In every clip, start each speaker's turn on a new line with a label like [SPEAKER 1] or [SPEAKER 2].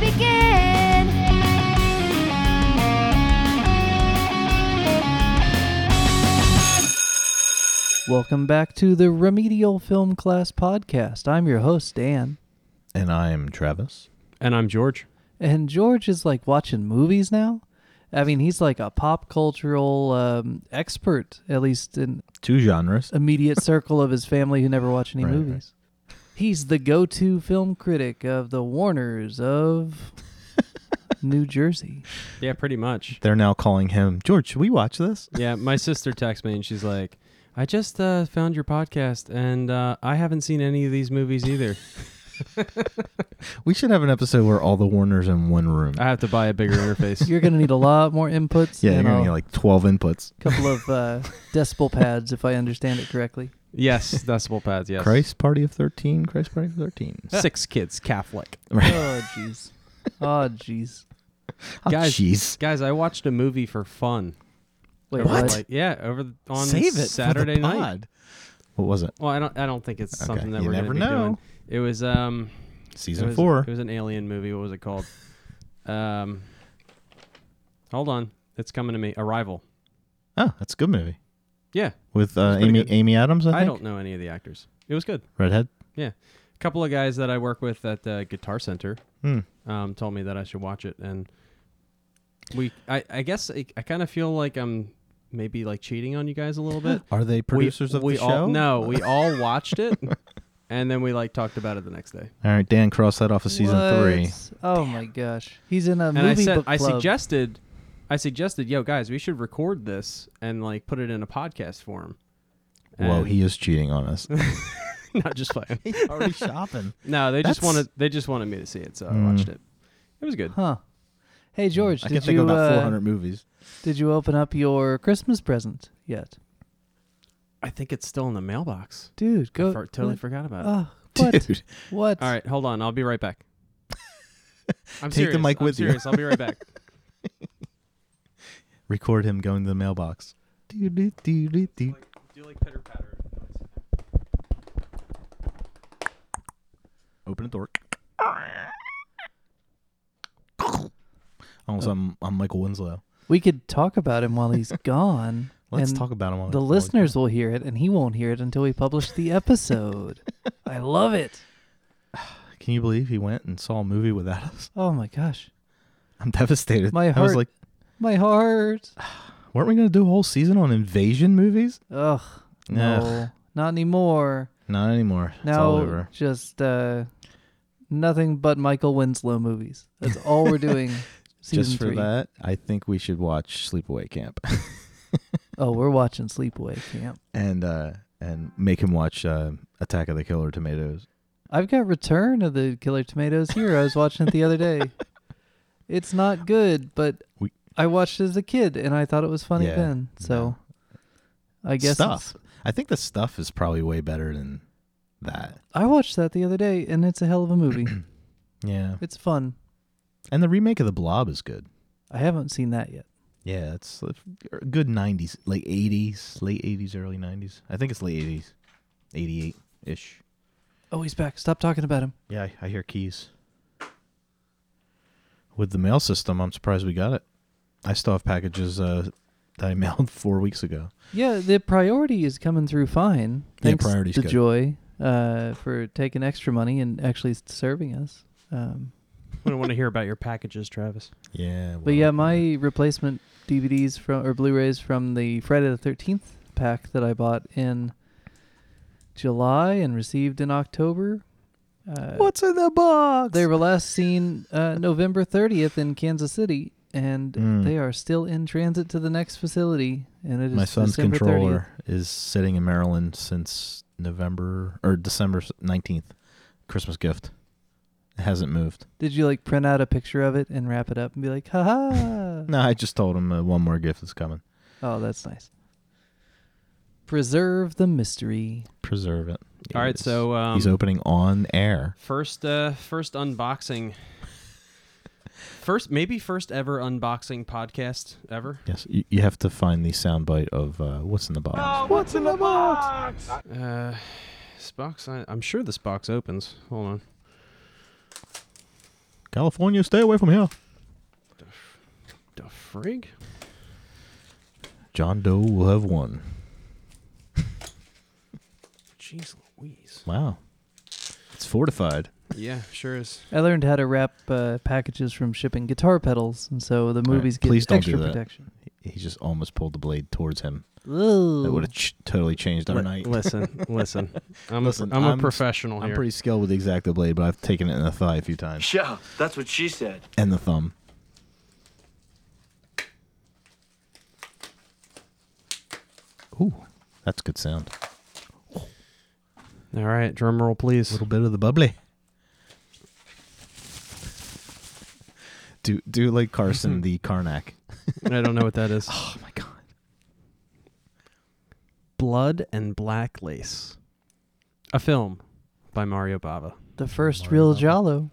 [SPEAKER 1] begin.
[SPEAKER 2] Welcome back to the Remedial Film Class Podcast. I'm your host, Dan.
[SPEAKER 3] And I'm Travis.
[SPEAKER 4] And I'm George.
[SPEAKER 2] And George is like watching movies now. I mean, he's like a pop cultural um, expert, at least in
[SPEAKER 3] Two genres.
[SPEAKER 2] immediate circle of his family who never watch any
[SPEAKER 3] Right, right.
[SPEAKER 2] movies. He's the go to film critic of the Warners of New Jersey.
[SPEAKER 4] Yeah, pretty much.
[SPEAKER 3] They're now calling him George. Should we watch this?
[SPEAKER 4] Yeah, my sister texts me and she's like, I just uh, found your podcast and uh, I haven't seen any of these movies either.
[SPEAKER 3] We should have an episode where all the Warners in one room.
[SPEAKER 4] I have to buy a bigger interface.
[SPEAKER 2] You're going to need a lot more inputs.
[SPEAKER 3] yeah, you're
[SPEAKER 2] and
[SPEAKER 3] gonna
[SPEAKER 2] a
[SPEAKER 3] get like twelve inputs.
[SPEAKER 2] couple of uh, decibel pads, if I understand it correctly.
[SPEAKER 4] Yes, decibel pads, yes.
[SPEAKER 3] Christ Party of Thirteen. Christ Party of Thirteen.
[SPEAKER 4] Six kids, Catholic.
[SPEAKER 2] Oh, jeez. Oh, jeez.
[SPEAKER 3] Oh,
[SPEAKER 4] Guys,
[SPEAKER 3] jeez.
[SPEAKER 4] Guys, I watched a movie for fun.
[SPEAKER 2] Wait,
[SPEAKER 4] Over,
[SPEAKER 3] What?
[SPEAKER 4] Like, yeah, over the, on
[SPEAKER 3] Save it for the
[SPEAKER 4] Saturday night.
[SPEAKER 3] pod. What was it?
[SPEAKER 4] Well, I don't. I don't think it's
[SPEAKER 3] Okay,
[SPEAKER 4] something that
[SPEAKER 3] you
[SPEAKER 4] we're
[SPEAKER 3] never
[SPEAKER 4] gonna be
[SPEAKER 3] know.
[SPEAKER 4] doing. It was um it
[SPEAKER 3] Season
[SPEAKER 4] was,
[SPEAKER 3] four.
[SPEAKER 4] It was an alien movie. What was it called? Um, hold on, it's coming to me. Arrival.
[SPEAKER 3] oh, that's a good movie
[SPEAKER 4] Yeah,
[SPEAKER 3] with uh,
[SPEAKER 4] It's pretty
[SPEAKER 3] Amy
[SPEAKER 4] good.
[SPEAKER 3] Amy Adams. I,
[SPEAKER 4] I,
[SPEAKER 3] think.
[SPEAKER 4] don't know any of the actors. It was good.
[SPEAKER 3] Redhead.
[SPEAKER 4] A couple of guys that I work with at the Guitar Center
[SPEAKER 3] Hmm.
[SPEAKER 4] um, told me that I should watch it, and we. I, I guess I, I kind of feel like I'm maybe like cheating on you guys a little bit.
[SPEAKER 3] Are they producers
[SPEAKER 4] we,
[SPEAKER 3] of
[SPEAKER 4] we
[SPEAKER 3] the show?
[SPEAKER 4] all, No, we all watched it, and then we like talked about it the next day.
[SPEAKER 3] All right, Dan, cross that off of season
[SPEAKER 2] What?
[SPEAKER 3] three.
[SPEAKER 2] Oh my gosh, he's in a
[SPEAKER 4] and
[SPEAKER 2] movie
[SPEAKER 4] I said
[SPEAKER 2] book
[SPEAKER 4] I
[SPEAKER 2] club.
[SPEAKER 4] suggested I suggested, yo guys, we should record this and like put it in a podcast form.
[SPEAKER 3] Whoa,
[SPEAKER 4] And-
[SPEAKER 3] he is cheating on us.
[SPEAKER 4] not just playing.
[SPEAKER 3] He's already shopping.
[SPEAKER 4] No, they just
[SPEAKER 3] That's-
[SPEAKER 4] wanted they just wanted me to see it, so I
[SPEAKER 3] Mm.
[SPEAKER 4] watched it. It was good.
[SPEAKER 2] Huh. Hey George,
[SPEAKER 3] I
[SPEAKER 2] did
[SPEAKER 3] can think
[SPEAKER 2] you
[SPEAKER 3] of about
[SPEAKER 2] uh,
[SPEAKER 3] 400 movies.
[SPEAKER 2] did you open up your Christmas present yet,
[SPEAKER 4] I think it's still in the mailbox.
[SPEAKER 2] dude?
[SPEAKER 4] I
[SPEAKER 2] Go
[SPEAKER 4] for- totally forgot about it.
[SPEAKER 2] Oh, what?
[SPEAKER 3] Dude,
[SPEAKER 2] What?
[SPEAKER 4] All right, hold on. I'll be right back.
[SPEAKER 3] Uh,
[SPEAKER 4] I'm
[SPEAKER 3] Take the
[SPEAKER 4] serious.
[SPEAKER 3] mic
[SPEAKER 4] I'm
[SPEAKER 3] with you.
[SPEAKER 4] serious. I'll be right back.
[SPEAKER 3] record him going to the mailbox. Do-do-do-do-do.
[SPEAKER 4] do like pitter patter.
[SPEAKER 3] Open the door.
[SPEAKER 2] Oh.
[SPEAKER 3] Almost, I'm, I'm Michael Winslow.
[SPEAKER 2] We could talk about him while he's gone.
[SPEAKER 3] Let's
[SPEAKER 2] and
[SPEAKER 3] talk about him. while
[SPEAKER 2] The
[SPEAKER 3] we- while we-
[SPEAKER 2] listeners will hear it, and he won't hear it until we publish the episode. I love it.
[SPEAKER 3] Can you believe he went and saw a movie without us?
[SPEAKER 2] Oh my gosh,
[SPEAKER 3] I'm devastated.
[SPEAKER 2] My
[SPEAKER 3] I was
[SPEAKER 2] heart-
[SPEAKER 3] like,
[SPEAKER 2] my heart.
[SPEAKER 3] weren't we going to do a whole season on invasion movies?
[SPEAKER 2] Ugh, no, not anymore.
[SPEAKER 3] Not anymore. it's all
[SPEAKER 2] Now
[SPEAKER 3] over.
[SPEAKER 2] just uh, nothing but Michael Winslow movies. That's all we're doing. season
[SPEAKER 3] Just for
[SPEAKER 2] three.
[SPEAKER 3] that, I think we should watch Sleepaway Camp
[SPEAKER 2] Oh, we're watching Sleepaway Camp.
[SPEAKER 3] and uh, and make him watch uh, Attack of the Killer Tomatoes.
[SPEAKER 2] I've got Return of the Killer Tomatoes here. I was watching it the other day. It's not good, but
[SPEAKER 3] We-
[SPEAKER 2] I watched it as a kid and I thought it was funny
[SPEAKER 3] Yeah,
[SPEAKER 2] then. So I guess
[SPEAKER 3] stuff.
[SPEAKER 2] it's-
[SPEAKER 3] I think the stuff is probably way better than that.
[SPEAKER 2] I watched that the other day and it's a hell of a movie.
[SPEAKER 3] Yeah,
[SPEAKER 2] it's fun.
[SPEAKER 3] and the remake of the Blob is good.
[SPEAKER 2] I haven't seen that yet.
[SPEAKER 3] Yeah, it's a good '90s, late '80s, late '80s, early '90s. I think it's late '80s, '88 ish.
[SPEAKER 2] Oh, he's back. Stop talking about him.
[SPEAKER 3] Yeah, I, I hear keys. With the mail system, I'm surprised we got it. I still have packages uh, that I mailed four weeks ago.
[SPEAKER 2] Yeah, the priority is coming through fine.
[SPEAKER 3] Yeah,
[SPEAKER 2] Thanks
[SPEAKER 3] priority's
[SPEAKER 2] to
[SPEAKER 3] good.
[SPEAKER 2] Joy uh, for taking extra money and actually s- serving us. Um,
[SPEAKER 4] I don't want to hear about your packages, Travis.
[SPEAKER 3] Yeah,
[SPEAKER 2] but yeah, my replacement DVDs from or Blu-rays from the Friday the Thirteenth pack that I bought in July and received in October. Uh,
[SPEAKER 3] what's in the box?
[SPEAKER 2] They were last seen uh, November 30th in Kansas City, and
[SPEAKER 3] Mm.
[SPEAKER 2] they are still in transit to the next facility. And it is
[SPEAKER 3] my son's
[SPEAKER 2] December 30th.
[SPEAKER 3] controller is sitting in Maryland since November or December 19th. Christmas gift. It hasn't moved.
[SPEAKER 2] Did you like print out a picture of it and wrap it up and be like, ha ha?
[SPEAKER 3] No, I just told him uh, one more gift is coming.
[SPEAKER 2] Oh, that's nice. Preserve the mystery.
[SPEAKER 3] Preserve it.
[SPEAKER 4] All right,
[SPEAKER 3] Yes.
[SPEAKER 4] so um,
[SPEAKER 3] he's opening on air.
[SPEAKER 4] First, uh, first unboxing. First, maybe first ever unboxing podcast ever.
[SPEAKER 3] Yes, you, you have to find the soundbite of uh, what's in the box. what's in the box?
[SPEAKER 4] Uh, this box, I, I'm sure this box opens. Hold on.
[SPEAKER 3] California, stay away from here.
[SPEAKER 4] The frig?
[SPEAKER 3] John Doe will have won.
[SPEAKER 4] Jeez Louise.
[SPEAKER 3] Wow. It's fortified.
[SPEAKER 4] Yeah, sure is.
[SPEAKER 2] I learned how to wrap uh, packages from shipping guitar pedals, and so the
[SPEAKER 3] right,
[SPEAKER 2] movies
[SPEAKER 3] please
[SPEAKER 2] get
[SPEAKER 3] don't
[SPEAKER 2] extra
[SPEAKER 3] do that.
[SPEAKER 2] protection.
[SPEAKER 3] He just almost pulled the blade towards him. That
[SPEAKER 2] Ooh.
[SPEAKER 3] would have ch- totally changed our
[SPEAKER 4] Li-
[SPEAKER 3] night.
[SPEAKER 4] Listen, listen. I'm
[SPEAKER 3] Listen,
[SPEAKER 4] a, I'm,
[SPEAKER 3] I'm-
[SPEAKER 4] a professional
[SPEAKER 3] I'm
[SPEAKER 4] here.
[SPEAKER 3] pretty skilled with the exacto blade, but I've taken it in the thigh a few times.
[SPEAKER 1] Yeah, that's what she said.
[SPEAKER 3] And the thumb. Ooh, that's good sound.
[SPEAKER 4] All right, drum roll,
[SPEAKER 3] A
[SPEAKER 4] please.
[SPEAKER 3] little bit of the bubbly. Do do like Carson the Karnak.
[SPEAKER 4] I don't know what that is.
[SPEAKER 3] Oh my god.
[SPEAKER 4] Blood and Black Lace, a film by Mario Bava.
[SPEAKER 2] The first
[SPEAKER 3] Mario
[SPEAKER 2] real
[SPEAKER 3] Bava.
[SPEAKER 2] Jalo.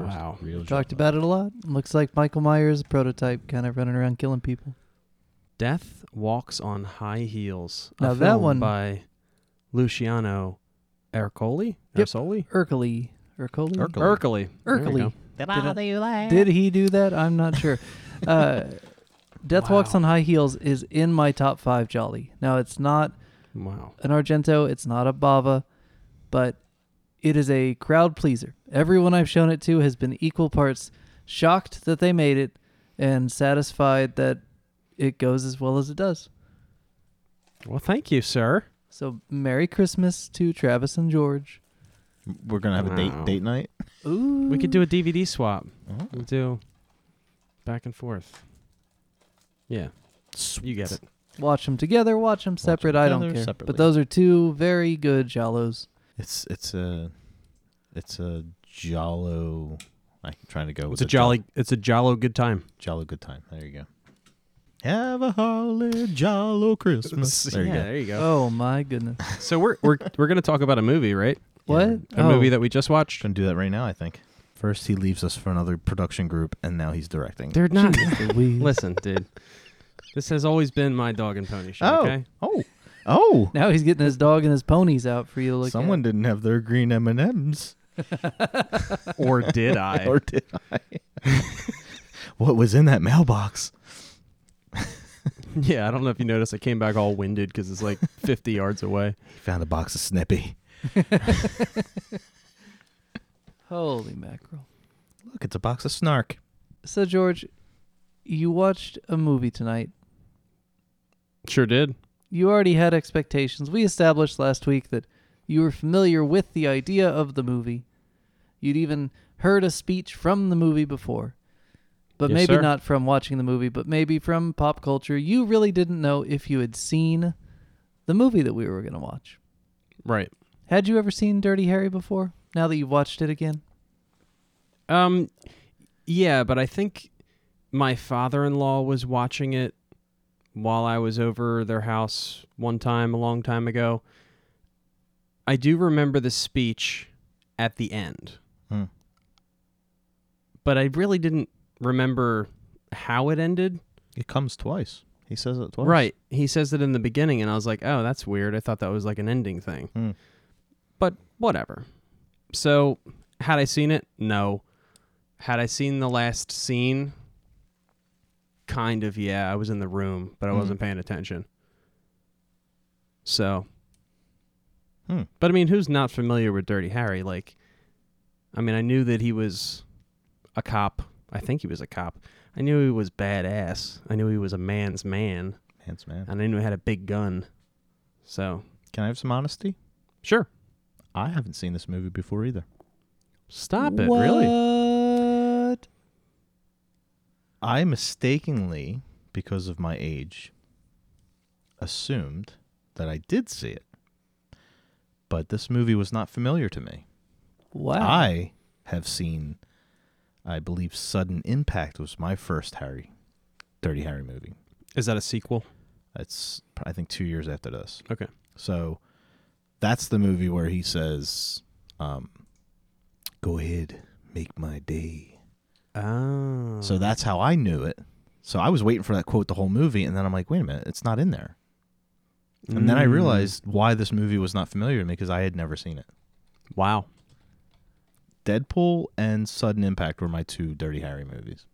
[SPEAKER 4] Wow.
[SPEAKER 3] real
[SPEAKER 2] Talked
[SPEAKER 3] drama.
[SPEAKER 2] about it a lot. Looks like Michael Myers prototype, kind of running around killing people.
[SPEAKER 4] Death Walks on High Heels. a
[SPEAKER 2] Now that
[SPEAKER 4] film
[SPEAKER 2] one-
[SPEAKER 4] by Luciano Ercoli.
[SPEAKER 2] Yep.
[SPEAKER 4] Ercoli.
[SPEAKER 2] Urkely. Urkely?
[SPEAKER 3] Urkel.
[SPEAKER 4] Ercoli. There we
[SPEAKER 2] Ercoli.
[SPEAKER 4] go.
[SPEAKER 2] Did, I- did he do that? I'm not sure. Uh, Death Walks
[SPEAKER 4] Wow.
[SPEAKER 2] on High Heels is in my top five Jolly. Now, it's not
[SPEAKER 4] Wow.
[SPEAKER 2] an Argento, it's not a Bava, but it is a crowd pleaser. Everyone I've shown it to has been equal parts shocked that they made it and satisfied that it goes as well as it does.
[SPEAKER 4] Well, thank you, sir.
[SPEAKER 2] So, Merry Christmas to Travis and George.
[SPEAKER 3] We're gonna have a
[SPEAKER 4] Wow.
[SPEAKER 3] date date night.
[SPEAKER 2] Ooh.
[SPEAKER 4] We could do a DVD swap.
[SPEAKER 3] Oh.
[SPEAKER 4] We'll do back and forth. Yeah, you get it.
[SPEAKER 2] watch them together, watch them separate. I don't
[SPEAKER 3] together,
[SPEAKER 2] care.
[SPEAKER 3] separately.
[SPEAKER 2] But those are two very good Jallos.
[SPEAKER 3] It's it's a it's a jollo. I'm trying to go.
[SPEAKER 4] It's
[SPEAKER 3] with
[SPEAKER 4] a
[SPEAKER 3] the jol-
[SPEAKER 4] jolly. It's a jollo good time.
[SPEAKER 3] jollo good time. There you go. Have a holly jollo Christmas. There
[SPEAKER 4] yeah,
[SPEAKER 3] you go.
[SPEAKER 4] there you go.
[SPEAKER 2] Oh my goodness!
[SPEAKER 4] So we're we're we're gonna talk about a movie, right?
[SPEAKER 2] What?
[SPEAKER 4] A
[SPEAKER 2] oh.
[SPEAKER 4] movie that we just watched.
[SPEAKER 3] Gonna do that right now. I think. First he leaves us for another production group, and now he's directing.
[SPEAKER 4] They're not.
[SPEAKER 2] Louise.
[SPEAKER 4] Listen, dude. This has always been my dog and pony show.
[SPEAKER 3] oh
[SPEAKER 4] Okay.
[SPEAKER 3] oh oh.
[SPEAKER 2] Now he's getting his dog and his ponies out for you to look
[SPEAKER 3] Someone didn't have their green M and M's.
[SPEAKER 4] Or did I?
[SPEAKER 3] or did I? what was in that mailbox?
[SPEAKER 4] yeah, I don't know if you noticed. I came back all winded because it's like 50 yards away.
[SPEAKER 3] He found a box of Snippy.
[SPEAKER 2] at. Holy mackerel!
[SPEAKER 3] Look, it's a box of Snark.
[SPEAKER 2] So George, you watched a movie tonight.
[SPEAKER 4] Sure did.
[SPEAKER 2] You already had expectations. We established last week that you were familiar with the idea of the movie. You'd even heard a speech from the movie before. But
[SPEAKER 4] Yes,
[SPEAKER 2] maybe
[SPEAKER 4] sir.
[SPEAKER 2] not from watching the movie, but maybe from pop culture. You really didn't know if you had seen the movie that we were going to watch.
[SPEAKER 4] Right.
[SPEAKER 2] Had you ever seen Dirty Harry before? Now that you've watched it again?
[SPEAKER 4] Um, yeah, but I think my father-in-law was watching it while I was over their house one time a long time ago. I do remember the speech at the end,
[SPEAKER 3] Hmm.
[SPEAKER 4] but I really didn't remember how it ended.
[SPEAKER 3] It comes twice. He says it twice.
[SPEAKER 4] Right. He says it in the beginning, and I was like, oh, that's weird. I thought that was like an ending thing.
[SPEAKER 3] Hmm.
[SPEAKER 4] But whatever. So, had I seen it? No. Had I seen the last scene? Kind of, yeah. I was in the room, but I
[SPEAKER 3] Hmm.
[SPEAKER 4] wasn't paying attention. So.
[SPEAKER 3] Hmm.
[SPEAKER 4] But I mean, who's not familiar with Dirty Harry? Like, I mean, I knew that he was a cop. I think he was a cop. I knew he was badass. I knew he was a man's man
[SPEAKER 3] Hands man.
[SPEAKER 4] and I knew it had a big gun. So
[SPEAKER 3] Can I have some honesty?
[SPEAKER 4] sure,
[SPEAKER 3] I haven't seen this movie before either.
[SPEAKER 4] stop it.
[SPEAKER 2] what?
[SPEAKER 4] Really?
[SPEAKER 2] What?
[SPEAKER 3] I mistakenly, because of my age, assumed that I did see it. But this movie was not familiar to me.
[SPEAKER 2] Wow.
[SPEAKER 3] I have seen, I believe, Sudden Impact was my first Harry, Dirty Harry movie.
[SPEAKER 4] Is that a sequel?
[SPEAKER 3] It's pr- I think two years after this.
[SPEAKER 4] Okay.
[SPEAKER 3] So that's the movie where he says, um, "Go ahead, make my day."
[SPEAKER 4] Oh,
[SPEAKER 3] So that's how I knew it. So I was waiting for that quote the whole movie, and then I'm like, "Wait a minute, it's not in there." And then I
[SPEAKER 4] Mm.
[SPEAKER 3] realized why this movie was not familiar to me because I had never seen it.
[SPEAKER 4] wow,
[SPEAKER 3] Deadpool and Sudden Impact were my two Dirty Harry movies.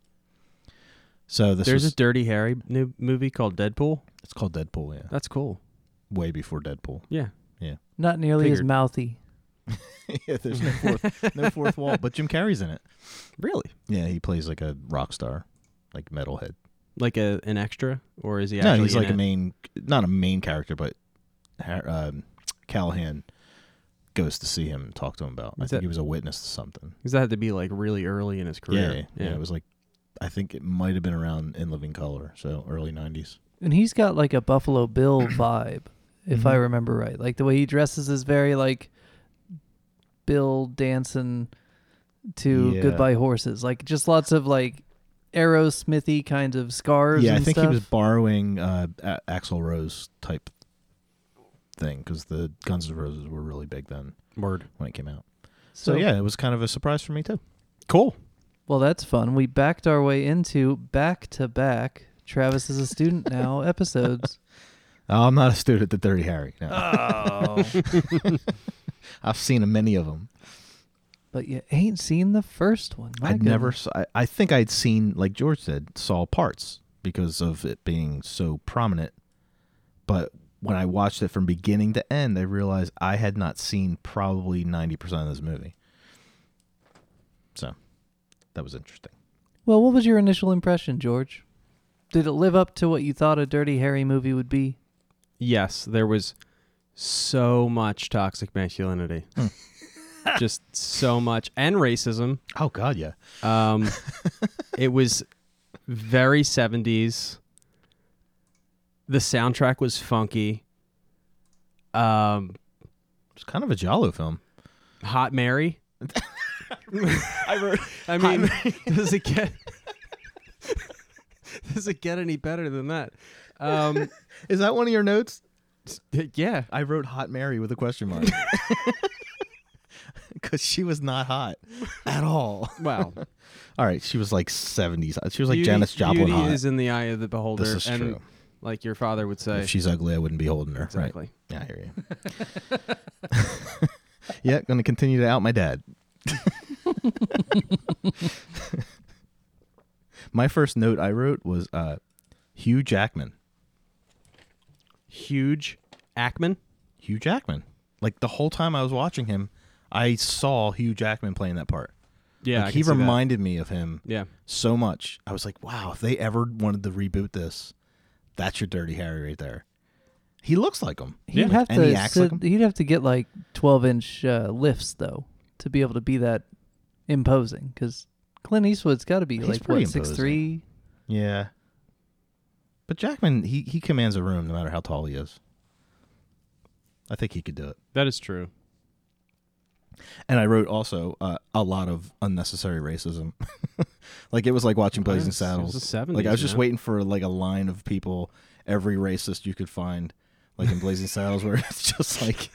[SPEAKER 3] So this
[SPEAKER 4] There's
[SPEAKER 3] was,
[SPEAKER 4] a Dirty Harry new movie called Deadpool.
[SPEAKER 3] it's called Deadpool, yeah.
[SPEAKER 4] That's cool.
[SPEAKER 3] Way before Deadpool.
[SPEAKER 4] Yeah.
[SPEAKER 2] Not nearly as
[SPEAKER 4] Figured.
[SPEAKER 2] mouthy.
[SPEAKER 3] yeah, there's no fourth, no fourth wall, but Jim Carrey's in it.
[SPEAKER 4] Really?
[SPEAKER 3] Yeah, he plays like a rock star, like metalhead.
[SPEAKER 4] Like a an extra, or is he?
[SPEAKER 3] no,
[SPEAKER 4] Actually
[SPEAKER 3] he's
[SPEAKER 4] in
[SPEAKER 3] like
[SPEAKER 4] it?
[SPEAKER 3] a main, not a main character, but Har- um, Callahan goes to see him and talk to him about. I think
[SPEAKER 4] Is that-
[SPEAKER 3] he was a witness to something.
[SPEAKER 4] 'Cause that had to be like really early in his
[SPEAKER 3] Yeah,
[SPEAKER 4] career.
[SPEAKER 3] yeah, It was like, I think it might have been around In Living Color, so early '90s.
[SPEAKER 2] And he's got like a Buffalo Bill vibe, if I
[SPEAKER 3] Mhm.
[SPEAKER 2] remember right. Like the way he dresses is very like Bill dancing to
[SPEAKER 3] Yeah.
[SPEAKER 2] Goodbye Horses. Like just lots of like Aerosmithy kinds of scarves.
[SPEAKER 3] yeah, I
[SPEAKER 2] and
[SPEAKER 3] think
[SPEAKER 2] stuff.
[SPEAKER 3] he was borrowing uh, a- Axl Rose type thing because the Guns N' Roses were really big then
[SPEAKER 4] word.
[SPEAKER 3] when it came out. So, yeah, it was kind of a surprise for me too.
[SPEAKER 4] Cool.
[SPEAKER 2] Well, that's fun. We backed our way into back to back. Travis is a student now. episodes.
[SPEAKER 3] Oh, I'm not a student at Dirty Harry. No.
[SPEAKER 2] Oh.
[SPEAKER 3] I've seen many of them.
[SPEAKER 2] but you ain't seen the first one. My
[SPEAKER 3] I never.
[SPEAKER 2] goodness.
[SPEAKER 3] s- I, I think I'd seen, like George said, saw parts because of it being so prominent. But when I watched it from beginning to end, I realized I had not seen probably ninety percent of this movie. So, that was interesting.
[SPEAKER 2] Well, what was your initial impression, George? Did it live up to what you thought a Dirty Harry movie would be?
[SPEAKER 4] Yes, there was so much toxic masculinity, just so much, and racism.
[SPEAKER 3] Oh God, yeah.
[SPEAKER 4] Um, it was very 70s. The soundtrack was funky. Um,
[SPEAKER 3] It's kind of a Jalo film.
[SPEAKER 4] Hot Mary.
[SPEAKER 3] I wrote.
[SPEAKER 4] I mean, does it get does it get any better than that? Um,
[SPEAKER 3] Is that one of your notes?
[SPEAKER 4] yeah,
[SPEAKER 3] I wrote "Hot Mary" with a question mark because she was not hot at all.
[SPEAKER 4] wow.
[SPEAKER 3] All right, she was like seventies. She was like
[SPEAKER 4] Beauty-
[SPEAKER 3] Janis Joplin
[SPEAKER 4] beauty
[SPEAKER 3] hot.
[SPEAKER 4] is in the eye of the beholder.
[SPEAKER 3] This is
[SPEAKER 4] and
[SPEAKER 3] true.
[SPEAKER 4] Like your father would say,
[SPEAKER 3] If she's ugly, I wouldn't be holding her.
[SPEAKER 4] exactly.
[SPEAKER 3] Right? Yeah, I hear you. yeah, gonna continue to out my dad. my first note I wrote was uh, Hugh Jackman.
[SPEAKER 4] Huge Ackman.
[SPEAKER 3] Hugh Jackman. Like the whole time I was watching him, I saw Hugh Jackman playing that part.
[SPEAKER 4] Yeah,
[SPEAKER 3] Like,
[SPEAKER 4] I
[SPEAKER 3] he
[SPEAKER 4] can see that.
[SPEAKER 3] reminded me of him
[SPEAKER 4] Yeah,
[SPEAKER 3] so much. I was like, wow, if they ever wanted to reboot this, that's your Dirty Harry right there. He looks like him.
[SPEAKER 2] He'd
[SPEAKER 4] Yeah.
[SPEAKER 2] have
[SPEAKER 3] And
[SPEAKER 2] to.
[SPEAKER 3] he acts like
[SPEAKER 2] sit-
[SPEAKER 3] him?
[SPEAKER 2] he'd have to get like twelve-inch uh, lifts though to be able to be that imposing. Because Clint Eastwood's got to be
[SPEAKER 3] He's
[SPEAKER 2] like
[SPEAKER 3] pretty
[SPEAKER 2] what six three.
[SPEAKER 3] Yeah. But Jackman, he, he commands a room no matter how tall he is. I think he could do it.
[SPEAKER 4] that is true.
[SPEAKER 3] And I wrote also uh, a lot of unnecessary racism. like it was like watching Blazing
[SPEAKER 4] Yes, it was
[SPEAKER 3] Saddles.
[SPEAKER 4] the 70s,
[SPEAKER 3] like I was just
[SPEAKER 4] man.
[SPEAKER 3] waiting for like a line of people, every racist you could find, like in Blazing Saddles, where it's just like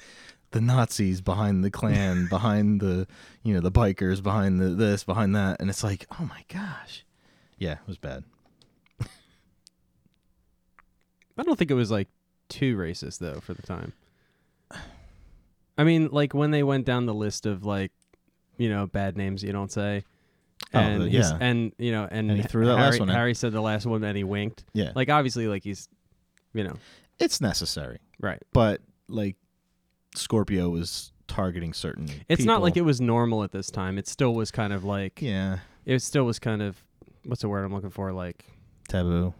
[SPEAKER 3] the Nazis behind the Klan, behind the you know the bikers, behind the this, behind that, and it's like, oh my gosh, yeah, it was bad.
[SPEAKER 4] I don't think it was like too racist though for the time. I mean, like when they went down the list of like, you know, bad names you don't say.
[SPEAKER 3] Oh,
[SPEAKER 4] And
[SPEAKER 3] the-
[SPEAKER 4] he's-
[SPEAKER 3] yeah.
[SPEAKER 4] and you know, and,
[SPEAKER 3] And he threw that
[SPEAKER 4] Harry,
[SPEAKER 3] last one in.
[SPEAKER 4] Harry said the last one, and he winked.
[SPEAKER 3] Yeah,
[SPEAKER 4] Like obviously, like he's, you know,
[SPEAKER 3] it's necessary,
[SPEAKER 4] right.
[SPEAKER 3] but like Scorpio was targeting certain.
[SPEAKER 4] It's not like it was normal at this time. It still was kind of like
[SPEAKER 3] Yeah,
[SPEAKER 4] it still was kind of what's the word I'm looking for? Like
[SPEAKER 3] taboo,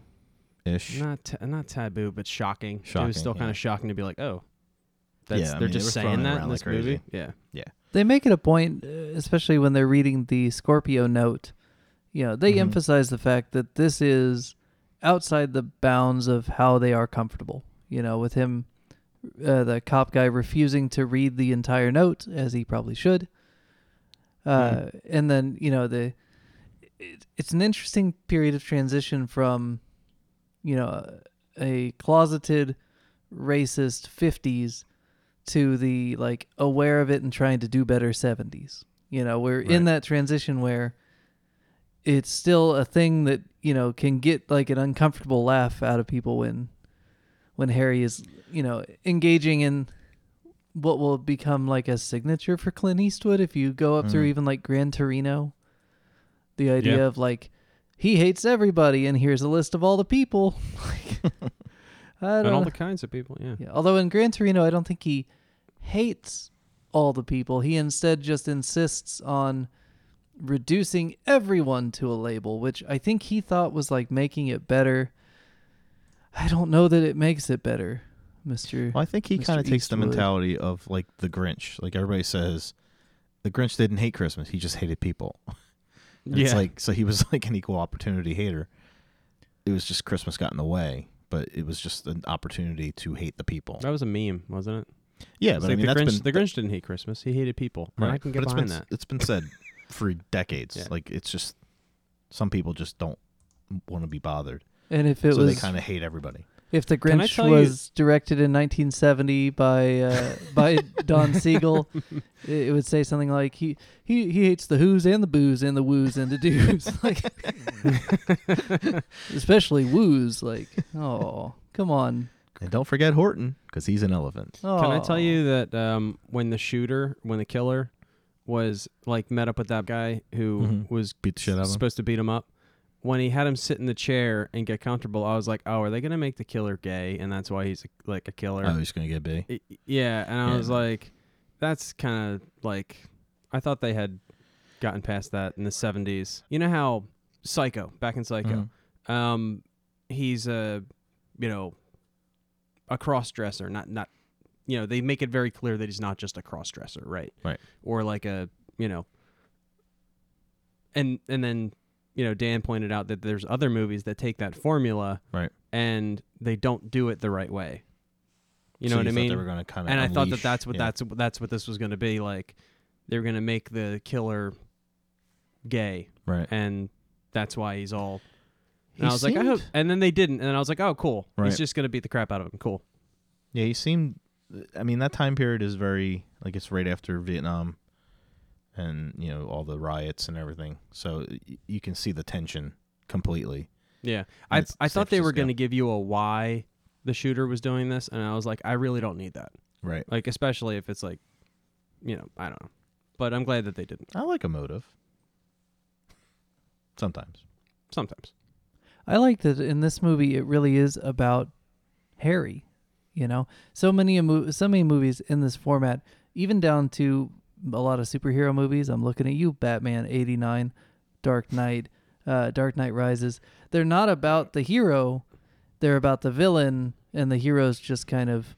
[SPEAKER 3] ish.
[SPEAKER 4] not ta- not taboo, but shocking. It
[SPEAKER 3] Shocking,
[SPEAKER 4] was still kind
[SPEAKER 3] yeah.
[SPEAKER 4] of shocking to be like, oh, that's
[SPEAKER 3] Yeah, I
[SPEAKER 4] they're
[SPEAKER 3] mean, they were
[SPEAKER 4] just
[SPEAKER 3] throwing
[SPEAKER 4] saying
[SPEAKER 3] it
[SPEAKER 4] that in
[SPEAKER 3] around
[SPEAKER 4] this
[SPEAKER 3] like
[SPEAKER 4] movie.
[SPEAKER 3] crazy.
[SPEAKER 4] Yeah,
[SPEAKER 2] They make it a point, uh, especially when they're reading the Scorpio note. You know, they
[SPEAKER 3] Mhm.
[SPEAKER 2] emphasize the fact that this is outside the bounds of how they are comfortable. You know, with him, uh, the cop guy refusing to read the entire note as he probably should. Uh, And then you know the, it, it's an interesting period of transition from, you know, a closeted racist '50s to the like aware of it and trying to do better 70s. You know, we're in
[SPEAKER 3] Right.
[SPEAKER 2] that transition where it's still a thing that, you know, can get like an uncomfortable laugh out of people when when Harry is, you know, engaging in what will become like a signature for Clint Eastwood if you go up through
[SPEAKER 3] Mhm.
[SPEAKER 2] even like Gran Torino. The idea
[SPEAKER 4] Yeah.
[SPEAKER 2] of like he hates everybody and here's a list of all the people. like I
[SPEAKER 4] and
[SPEAKER 2] don't
[SPEAKER 4] all
[SPEAKER 2] know.
[SPEAKER 4] the kinds of people. Yeah.
[SPEAKER 2] yeah. Although in Gran Torino I don't think he hates all the people. He instead just insists on reducing everyone to a label, which I think he thought was like making it better. I don't know that it makes it better, Mr.
[SPEAKER 3] Well, I think he
[SPEAKER 2] Mr.
[SPEAKER 3] kind of takes the
[SPEAKER 2] Eastwood.
[SPEAKER 3] mentality of like the Grinch. Like everybody says, the Grinch didn't hate Christmas; he just hated people. And It's like so he was like an equal opportunity hater. It was just Christmas got in the way, but it was just an opportunity to hate the people.
[SPEAKER 4] that was a meme, wasn't it?
[SPEAKER 3] Yeah,
[SPEAKER 4] It's
[SPEAKER 3] but I
[SPEAKER 4] like
[SPEAKER 3] mean
[SPEAKER 4] the,
[SPEAKER 3] that's
[SPEAKER 4] Grinch,
[SPEAKER 3] been
[SPEAKER 4] the Grinch didn't hate Christmas. He hated people. And
[SPEAKER 3] right.
[SPEAKER 4] I can get
[SPEAKER 3] but it's
[SPEAKER 4] behind
[SPEAKER 3] been
[SPEAKER 4] that.
[SPEAKER 3] it's been said for decades.
[SPEAKER 4] Yeah.
[SPEAKER 3] Like it's just some people just don't want to be bothered,
[SPEAKER 2] And if it
[SPEAKER 3] so
[SPEAKER 2] was
[SPEAKER 3] they kind of hate everybody.
[SPEAKER 2] if the
[SPEAKER 4] Can I
[SPEAKER 2] Grinch
[SPEAKER 4] tell you-
[SPEAKER 2] was directed in 1970 by uh, by Don Siegel, it, it would say something like he he he hates the who's and the booze and the woos and the doos, like especially woos. Like oh come on,
[SPEAKER 3] And don't forget Horton because he's an elephant.
[SPEAKER 2] oh.
[SPEAKER 4] Can I tell you that um, when the shooter, when the killer was like met up with that guy who
[SPEAKER 3] Mhm.
[SPEAKER 4] was
[SPEAKER 3] Beat the shit out of him.
[SPEAKER 4] supposed to beat him up, when he had him sit in the chair and get comfortable, I was like, oh, are they going to make the killer gay? And that's why he's like a killer.
[SPEAKER 3] Oh, he's gonna get big.
[SPEAKER 4] I- yeah. And I
[SPEAKER 3] Yeah.
[SPEAKER 4] was like, that's kind of like, I thought they had gotten past that in the 70s. You know how Psycho, back in Psycho,
[SPEAKER 3] Mhm.
[SPEAKER 4] um, he's a, you know, a cross dresser, not not, you know, they make it very clear that he's not just a cross dresser, right?
[SPEAKER 3] Right.
[SPEAKER 4] Or like a, you know, and and then you know Dan pointed out that there's other movies that take that formula,
[SPEAKER 3] Right.
[SPEAKER 4] And they don't do it the right way. You know
[SPEAKER 3] So
[SPEAKER 4] what I
[SPEAKER 3] thought
[SPEAKER 4] mean?
[SPEAKER 3] They were gonna kind of
[SPEAKER 4] and I thought that that's what that's that's what this was going to be like. They were going to make the killer gay,
[SPEAKER 3] right.
[SPEAKER 4] and that's why he's all and
[SPEAKER 3] He
[SPEAKER 4] I was like, I
[SPEAKER 3] seemed-
[SPEAKER 4] hope. And then they didn't. And I was like, oh, cool.
[SPEAKER 3] Right.
[SPEAKER 4] He's just going to beat the crap out of him. Cool.
[SPEAKER 3] Yeah, he seemed. I mean, that time period is very like it's right after Vietnam, and you know all the riots and everything. So y- you can see the tension completely.
[SPEAKER 4] Yeah. I,
[SPEAKER 3] it's
[SPEAKER 4] I
[SPEAKER 3] San
[SPEAKER 4] thought they were
[SPEAKER 3] Francisco.
[SPEAKER 4] going to give you a why the shooter was doing this. And I was like, I really don't need that.
[SPEAKER 3] Right.
[SPEAKER 4] Like, especially if it's like, you know, I don't know. But I'm glad that they didn't
[SPEAKER 3] I like a motive. Sometimes.
[SPEAKER 4] sometimes.
[SPEAKER 2] I like that in this movie it really is about Harry, you know. So many a mo- so many movies in this format, even down to a lot of superhero movies. I'm looking at you, Batman 89, Dark Knight, uh, Dark Knight Rises. They're not about the hero, they're about the villain and the hero's just kind of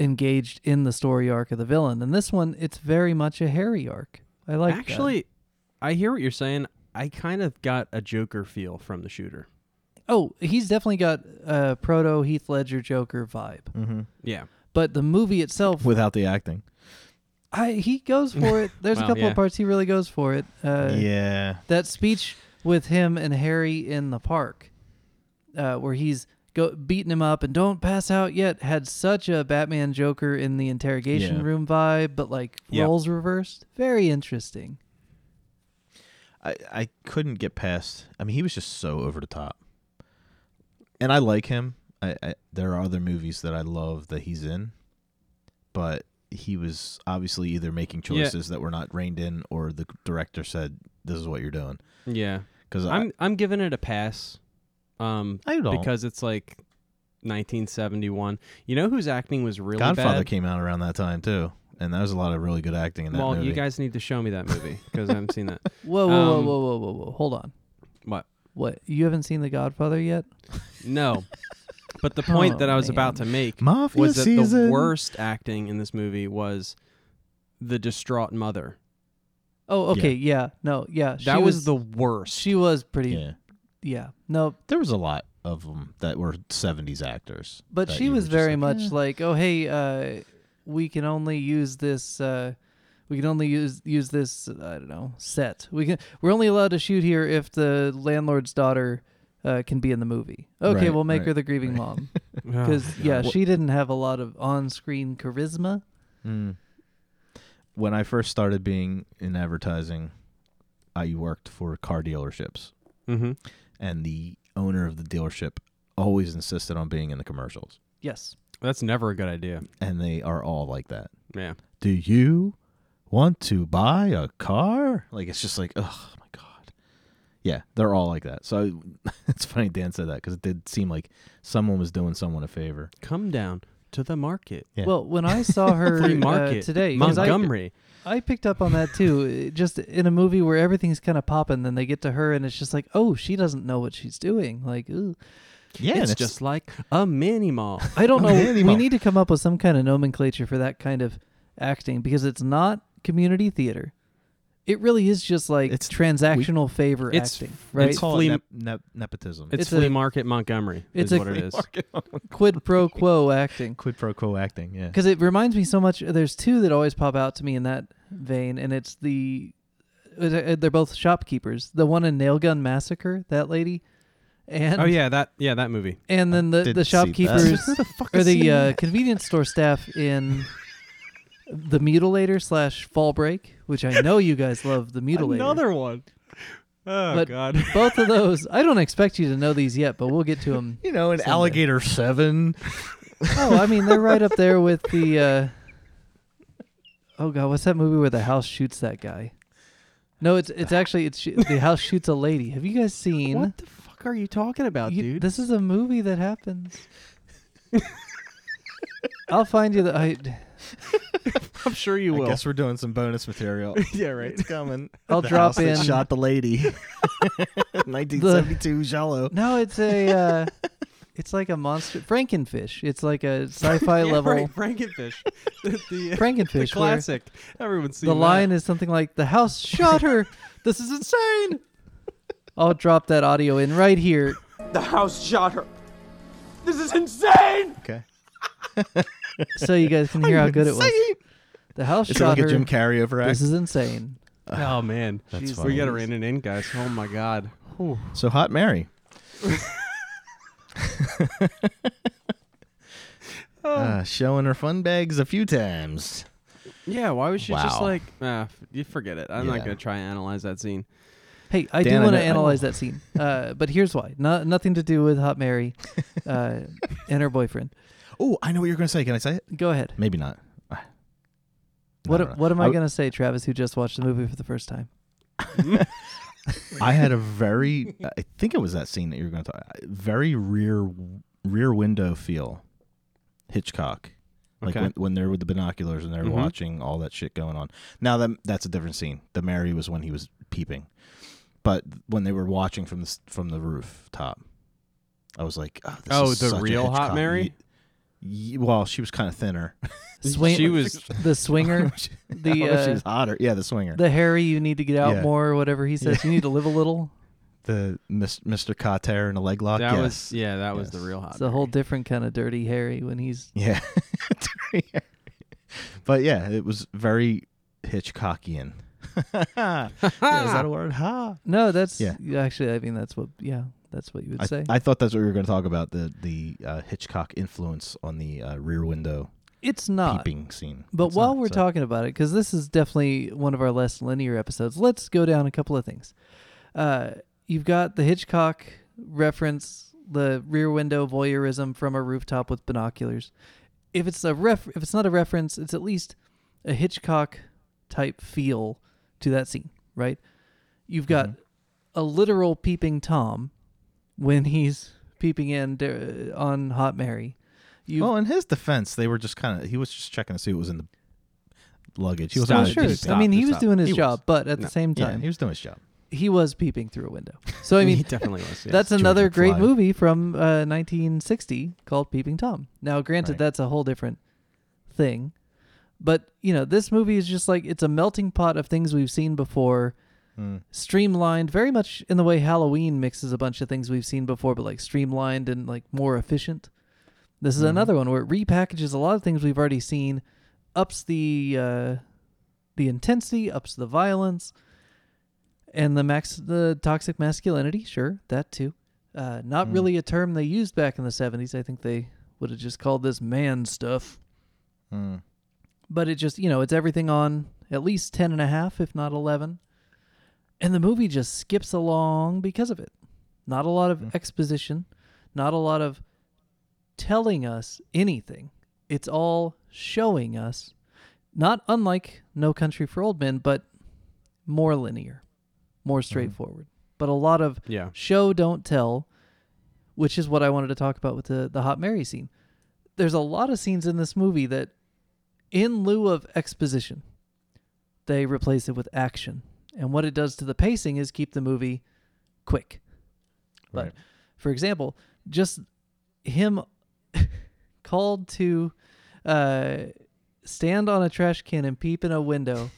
[SPEAKER 2] engaged in the story arc of the villain. And this one it's very much a Harry arc. I like that.
[SPEAKER 4] Actually, I hear what you're saying. I kind of got a Joker feel from the shooter.
[SPEAKER 2] Oh, he's definitely got a proto Heath Ledger Joker vibe.
[SPEAKER 3] Mm-hmm.
[SPEAKER 4] Yeah.
[SPEAKER 2] but the movie itself,
[SPEAKER 3] Without the acting.
[SPEAKER 2] I, he goes for it. There's a
[SPEAKER 4] Well,
[SPEAKER 2] couple
[SPEAKER 4] yeah.
[SPEAKER 2] of parts he really goes for it. Uh,
[SPEAKER 3] yeah.
[SPEAKER 2] That speech with him and Harry in the park, uh, where he's go beating him up and don't pass out yet, had such a Batman Joker in the interrogation
[SPEAKER 3] Yeah.
[SPEAKER 2] room vibe, but like
[SPEAKER 4] Yeah.
[SPEAKER 2] roles reversed. Very interesting.
[SPEAKER 3] I, I couldn't get past. I mean, he was just so over the top. And I like him. I, I there are other movies that I love that he's in, but he was obviously either making
[SPEAKER 4] Yeah.
[SPEAKER 3] choices that were not reined in, or the director said, "This is what you're doing."
[SPEAKER 4] Yeah.
[SPEAKER 3] Because I,
[SPEAKER 4] I'm, I'm giving it a pass. Um,
[SPEAKER 3] I don't.
[SPEAKER 4] because it's like 1971. You know whose acting was really
[SPEAKER 3] Godfather
[SPEAKER 4] bad?
[SPEAKER 3] came out around that time too, and there was a lot of really good acting in that
[SPEAKER 4] well,
[SPEAKER 3] movie.
[SPEAKER 4] you guys need to show me that movie because I haven't seen that.
[SPEAKER 2] Whoa, whoa,
[SPEAKER 4] Um,
[SPEAKER 2] whoa, whoa, whoa, whoa, whoa! Hold on.
[SPEAKER 4] What?
[SPEAKER 2] What? You haven't seen The Godfather yet?
[SPEAKER 4] No, but the point
[SPEAKER 2] Oh,
[SPEAKER 4] that I was about to make
[SPEAKER 3] Mafia
[SPEAKER 4] was that
[SPEAKER 3] season.
[SPEAKER 4] the worst acting in this movie was the distraught mother.
[SPEAKER 2] Oh, okay. Yeah. no. Yeah. She
[SPEAKER 4] that was, the worst.
[SPEAKER 2] She was pretty. Yeah.
[SPEAKER 3] Yeah,
[SPEAKER 2] No,
[SPEAKER 3] there was a lot of them that were '70s actors.
[SPEAKER 2] But
[SPEAKER 3] that
[SPEAKER 2] she
[SPEAKER 3] you were
[SPEAKER 2] was
[SPEAKER 3] just
[SPEAKER 2] very
[SPEAKER 3] like,
[SPEAKER 2] much
[SPEAKER 3] "Eh."
[SPEAKER 2] like, "Oh, hey, uh, we can only use this. Uh, we can only use use this. I don't know set. We can. We're only allowed to shoot here if the landlord's daughter uh, can be in the movie. Okay,
[SPEAKER 3] Right,
[SPEAKER 2] we'll make her
[SPEAKER 3] right,
[SPEAKER 2] the grieving
[SPEAKER 3] right.
[SPEAKER 2] mom
[SPEAKER 4] Oh,
[SPEAKER 2] because
[SPEAKER 4] God.
[SPEAKER 2] yeah,
[SPEAKER 3] Well-
[SPEAKER 2] she didn't have a lot of on screen charisma.
[SPEAKER 3] Mm. When I first started being in advertising, I worked for car dealerships,
[SPEAKER 4] Mhm.
[SPEAKER 3] and the owner of the dealership always insisted on being in the commercials,
[SPEAKER 2] Yes,
[SPEAKER 4] That's never a good idea.
[SPEAKER 3] and they are all like that.
[SPEAKER 4] Yeah.
[SPEAKER 3] Do you want to buy a car? Like it's just like, oh my god. Yeah, they're all like that. So it's funny Dan said that because it did seem like someone was doing someone a favor.
[SPEAKER 4] Come down to the market.
[SPEAKER 3] Yeah.
[SPEAKER 2] Well, when I saw her
[SPEAKER 4] Free
[SPEAKER 2] uh,
[SPEAKER 4] market
[SPEAKER 2] today, 'cause I,
[SPEAKER 4] Montgomery.
[SPEAKER 2] I picked up on that too. It- just in a movie where everything's kind of popping, then they get to her and it's just like, oh, she doesn't know what she's doing. Like, ooh.
[SPEAKER 3] Yeah, and
[SPEAKER 4] it's, just like a mini mall.
[SPEAKER 2] I don't know.
[SPEAKER 3] Manny
[SPEAKER 2] we
[SPEAKER 3] Mo-
[SPEAKER 2] need to come up with some kind of nomenclature for that kind of acting because it's not community theater. It really is just like
[SPEAKER 3] It's-
[SPEAKER 2] transactional favor
[SPEAKER 4] it's-
[SPEAKER 2] acting,
[SPEAKER 3] they
[SPEAKER 2] right?
[SPEAKER 4] it's
[SPEAKER 3] call
[SPEAKER 4] flea-
[SPEAKER 3] it nep- nep- nepotism.
[SPEAKER 4] It's,
[SPEAKER 2] It's
[SPEAKER 4] flea
[SPEAKER 2] a-
[SPEAKER 4] market Montgomery.
[SPEAKER 2] it's
[SPEAKER 4] It's
[SPEAKER 2] a
[SPEAKER 4] what it
[SPEAKER 3] Flea
[SPEAKER 4] is.
[SPEAKER 3] market.
[SPEAKER 2] Quid pro quo acting.
[SPEAKER 3] quid pro quo acting. Yeah,
[SPEAKER 2] Because it reminds me so much. There's two that always pop out to me in that vein, and it's the uh, they're both shopkeepers. The one in Nail Gun Massacre, that lady, and
[SPEAKER 4] Oh yeah, that yeah that movie.
[SPEAKER 2] and then the
[SPEAKER 3] Did
[SPEAKER 2] the
[SPEAKER 3] see that.
[SPEAKER 2] shopkeepers
[SPEAKER 3] Who the fuck
[SPEAKER 2] or
[SPEAKER 3] has
[SPEAKER 2] the
[SPEAKER 3] seen
[SPEAKER 2] uh, convenience store staff in the Mutilator slash Fall Break, which I know you guys love. The Mutilator.
[SPEAKER 4] one. Oh
[SPEAKER 2] But-
[SPEAKER 4] god.
[SPEAKER 2] Both of those. I don't expect you to know these yet, but we'll get to them.
[SPEAKER 3] you know, an
[SPEAKER 2] Someday.
[SPEAKER 3] alligator seven.
[SPEAKER 2] Oh, I mean, they're right up there with the. Uh, oh God, what's that movie where the house shoots that guy? No, it's it's actually it's sh- the house shoots a lady. Have you guys seen?
[SPEAKER 4] What the fuck are you talking about,
[SPEAKER 2] You-
[SPEAKER 4] dude?
[SPEAKER 2] This is a movie that happens. I'll find you the. I,
[SPEAKER 4] I'm sure you
[SPEAKER 3] I
[SPEAKER 4] will.
[SPEAKER 3] guess we're doing some bonus material.
[SPEAKER 4] yeah, right.
[SPEAKER 3] It's coming.
[SPEAKER 2] I'll
[SPEAKER 3] The
[SPEAKER 2] drop
[SPEAKER 3] house that
[SPEAKER 2] in-
[SPEAKER 3] shot the lady. 1972 Jalo.
[SPEAKER 2] no, it's a. Uh, it's like a monster Frankenfish. It's like a sci-fi
[SPEAKER 4] yeah,
[SPEAKER 2] level
[SPEAKER 4] Right, Frankenfish. the, the, uh, the
[SPEAKER 2] Frankenfish. where
[SPEAKER 4] classic. Everyone's seen
[SPEAKER 2] the
[SPEAKER 4] that.
[SPEAKER 2] line is something like the house shot her. this is insane. I'll drop that audio in right here.
[SPEAKER 1] The house shot her. This is insane!
[SPEAKER 3] Okay.
[SPEAKER 2] so you guys can hear how good it was. The house
[SPEAKER 3] It's
[SPEAKER 2] shot
[SPEAKER 3] like
[SPEAKER 2] her.
[SPEAKER 3] a Jim Carrey overacting.
[SPEAKER 2] this is insane.
[SPEAKER 4] Oh man,
[SPEAKER 3] That's
[SPEAKER 2] Jeez
[SPEAKER 3] funny.
[SPEAKER 4] we gotta rein it in, guys. Oh my god.
[SPEAKER 3] So hot Mary.
[SPEAKER 2] Oh.
[SPEAKER 3] Uh, showing her fun bags a few times.
[SPEAKER 4] Yeah, why was she just
[SPEAKER 3] Wow.
[SPEAKER 4] like, ah, f- you forget it. I'm
[SPEAKER 3] Yeah.
[SPEAKER 4] not gonna try and analyze that scene.
[SPEAKER 2] Hey, I
[SPEAKER 3] Dan,
[SPEAKER 2] do
[SPEAKER 3] I
[SPEAKER 2] want to
[SPEAKER 3] know- I know.
[SPEAKER 2] analyze that scene, uh, but here's why: no, nothing to do with Hot Mary uh, and her boyfriend.
[SPEAKER 3] Oh, I know what you're going to say. Can I say it?
[SPEAKER 2] Go ahead.
[SPEAKER 3] Maybe not. Ah. No,
[SPEAKER 2] What
[SPEAKER 3] no, no.
[SPEAKER 2] What am I, gonna say, Travis, who just watched the movie for the first time?
[SPEAKER 3] I had a very, I think it was that scene that you were going to talk. Very rear rear window feel, Hitchcock. Like
[SPEAKER 4] Okay.
[SPEAKER 3] when, when they're with the binoculars and they're
[SPEAKER 4] Mhm.
[SPEAKER 3] watching all that shit going on. Now that that's a different scene. The Mary was when he was peeping, but when they were watching from the s- from the rooftop, I was like, oh, this
[SPEAKER 4] Oh,
[SPEAKER 3] is
[SPEAKER 4] the
[SPEAKER 3] such a
[SPEAKER 4] real Hot
[SPEAKER 3] Hitchcock.
[SPEAKER 4] Mary?
[SPEAKER 3] Ye- ye- well, she was kind of thinner.
[SPEAKER 2] Swing,
[SPEAKER 4] She was
[SPEAKER 2] the swinger,
[SPEAKER 3] I
[SPEAKER 2] the
[SPEAKER 3] don't know if she
[SPEAKER 2] uh,
[SPEAKER 3] was hotter. Yeah, the swinger.
[SPEAKER 2] the Harry. You need to get out
[SPEAKER 3] Yeah.
[SPEAKER 2] more, or whatever he says. You need to live a little.
[SPEAKER 3] The, Mis Mr. Cotter and a leg lock.
[SPEAKER 4] That
[SPEAKER 3] yes.
[SPEAKER 4] was yeah, that was the
[SPEAKER 3] Yes.
[SPEAKER 4] real hot.
[SPEAKER 2] It's a whole different kind of dirty Harry when he's
[SPEAKER 3] Yeah. but yeah, it was very Hitchcockian. yeah, is that a word? Ha.
[SPEAKER 2] no. That's
[SPEAKER 3] Yeah.
[SPEAKER 2] actually. I mean, that's what. Yeah, that's what you would
[SPEAKER 3] I,
[SPEAKER 2] say.
[SPEAKER 3] I thought that's what we were going to talk about the the uh, Hitchcock influence on the uh, rear window
[SPEAKER 2] it's not.
[SPEAKER 3] peeping scene.
[SPEAKER 2] Ah, But
[SPEAKER 3] It's
[SPEAKER 2] while
[SPEAKER 3] not,
[SPEAKER 2] we're
[SPEAKER 3] so-
[SPEAKER 2] talking about it, because this is definitely one of our less linear episodes, let's go down a couple of things. Uh, you've got the Hitchcock reference, the rear window voyeurism from a rooftop with binoculars. If it's a ref, if it's not a reference, it's at least a Hitchcock type feel to that scene, right? You've got
[SPEAKER 3] Mm-hmm.
[SPEAKER 2] a literal peeping tom when he's peeping in der- on Hot Mary. You
[SPEAKER 3] well, in his defense, they were just kind of he was just checking to see what was in the luggage. He was
[SPEAKER 4] Stop,
[SPEAKER 2] well,
[SPEAKER 3] not
[SPEAKER 2] sure.
[SPEAKER 4] just
[SPEAKER 2] I mean, he was
[SPEAKER 4] stop.
[SPEAKER 2] doing his
[SPEAKER 3] He was.
[SPEAKER 2] job, but at
[SPEAKER 4] No.
[SPEAKER 2] the same
[SPEAKER 3] yeah,
[SPEAKER 2] time,
[SPEAKER 3] he was doing his job.
[SPEAKER 2] he was peeping through a window. So I
[SPEAKER 4] he
[SPEAKER 2] mean,
[SPEAKER 4] definitely was. Yeah.
[SPEAKER 2] that's
[SPEAKER 3] George
[SPEAKER 2] another great
[SPEAKER 3] McFly.
[SPEAKER 2] movie from uh, 1960 called Peeping Tom. Now, granted,
[SPEAKER 3] Right.
[SPEAKER 2] that's a whole different thing, but you know, this movie is just like it's a melting pot of things we've seen before,
[SPEAKER 3] Mm.
[SPEAKER 2] streamlined, very much in the way Halloween mixes a bunch of things we've seen before, but like streamlined and like more efficient. This is
[SPEAKER 3] Mhm.
[SPEAKER 2] another one where it repackages a lot of things we've already seen, ups the uh, the intensity, ups the violence, and the max the toxic masculinity. Sure, that too. Uh, not
[SPEAKER 3] Mm.
[SPEAKER 2] really a term they used back in the seventies. I think they would have just called this man stuff.
[SPEAKER 3] Mm.
[SPEAKER 2] But it just you know it's everything on at least ten and a half, if not eleven, and the movie just skips along because of it. Not a lot of exposition, not a lot of telling us anything. It's all showing us not unlike No Country for Old Men, but more linear, more straightforward. But a lot of
[SPEAKER 4] Yeah.
[SPEAKER 2] show don't tell, which is what I wanted to talk about with the the hot Mary scene. There's a lot of scenes in this movie that, in lieu of exposition, they replace it with action. And what it does to the pacing is keep the movie quick. But
[SPEAKER 3] Right.
[SPEAKER 2] for example, just him called to uh, stand on a trash can and peep in a window,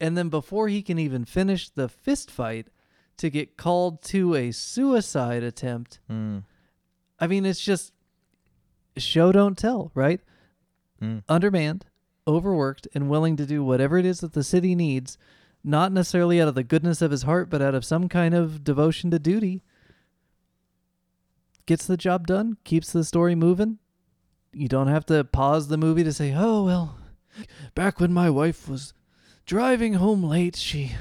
[SPEAKER 2] and then before he can even finish the fist fight, to get called to a suicide attempt.
[SPEAKER 3] Mm.
[SPEAKER 2] I mean, it's just show don't tell, right?
[SPEAKER 3] Mm.
[SPEAKER 2] Undermanned, overworked, and willing to do whatever it is that the city needs, not necessarily out of the goodness of his heart, but out of some kind of devotion to duty. Gets the job done, keeps the story moving. You don't have to pause the movie to say, oh, well, back when my wife was driving home late, she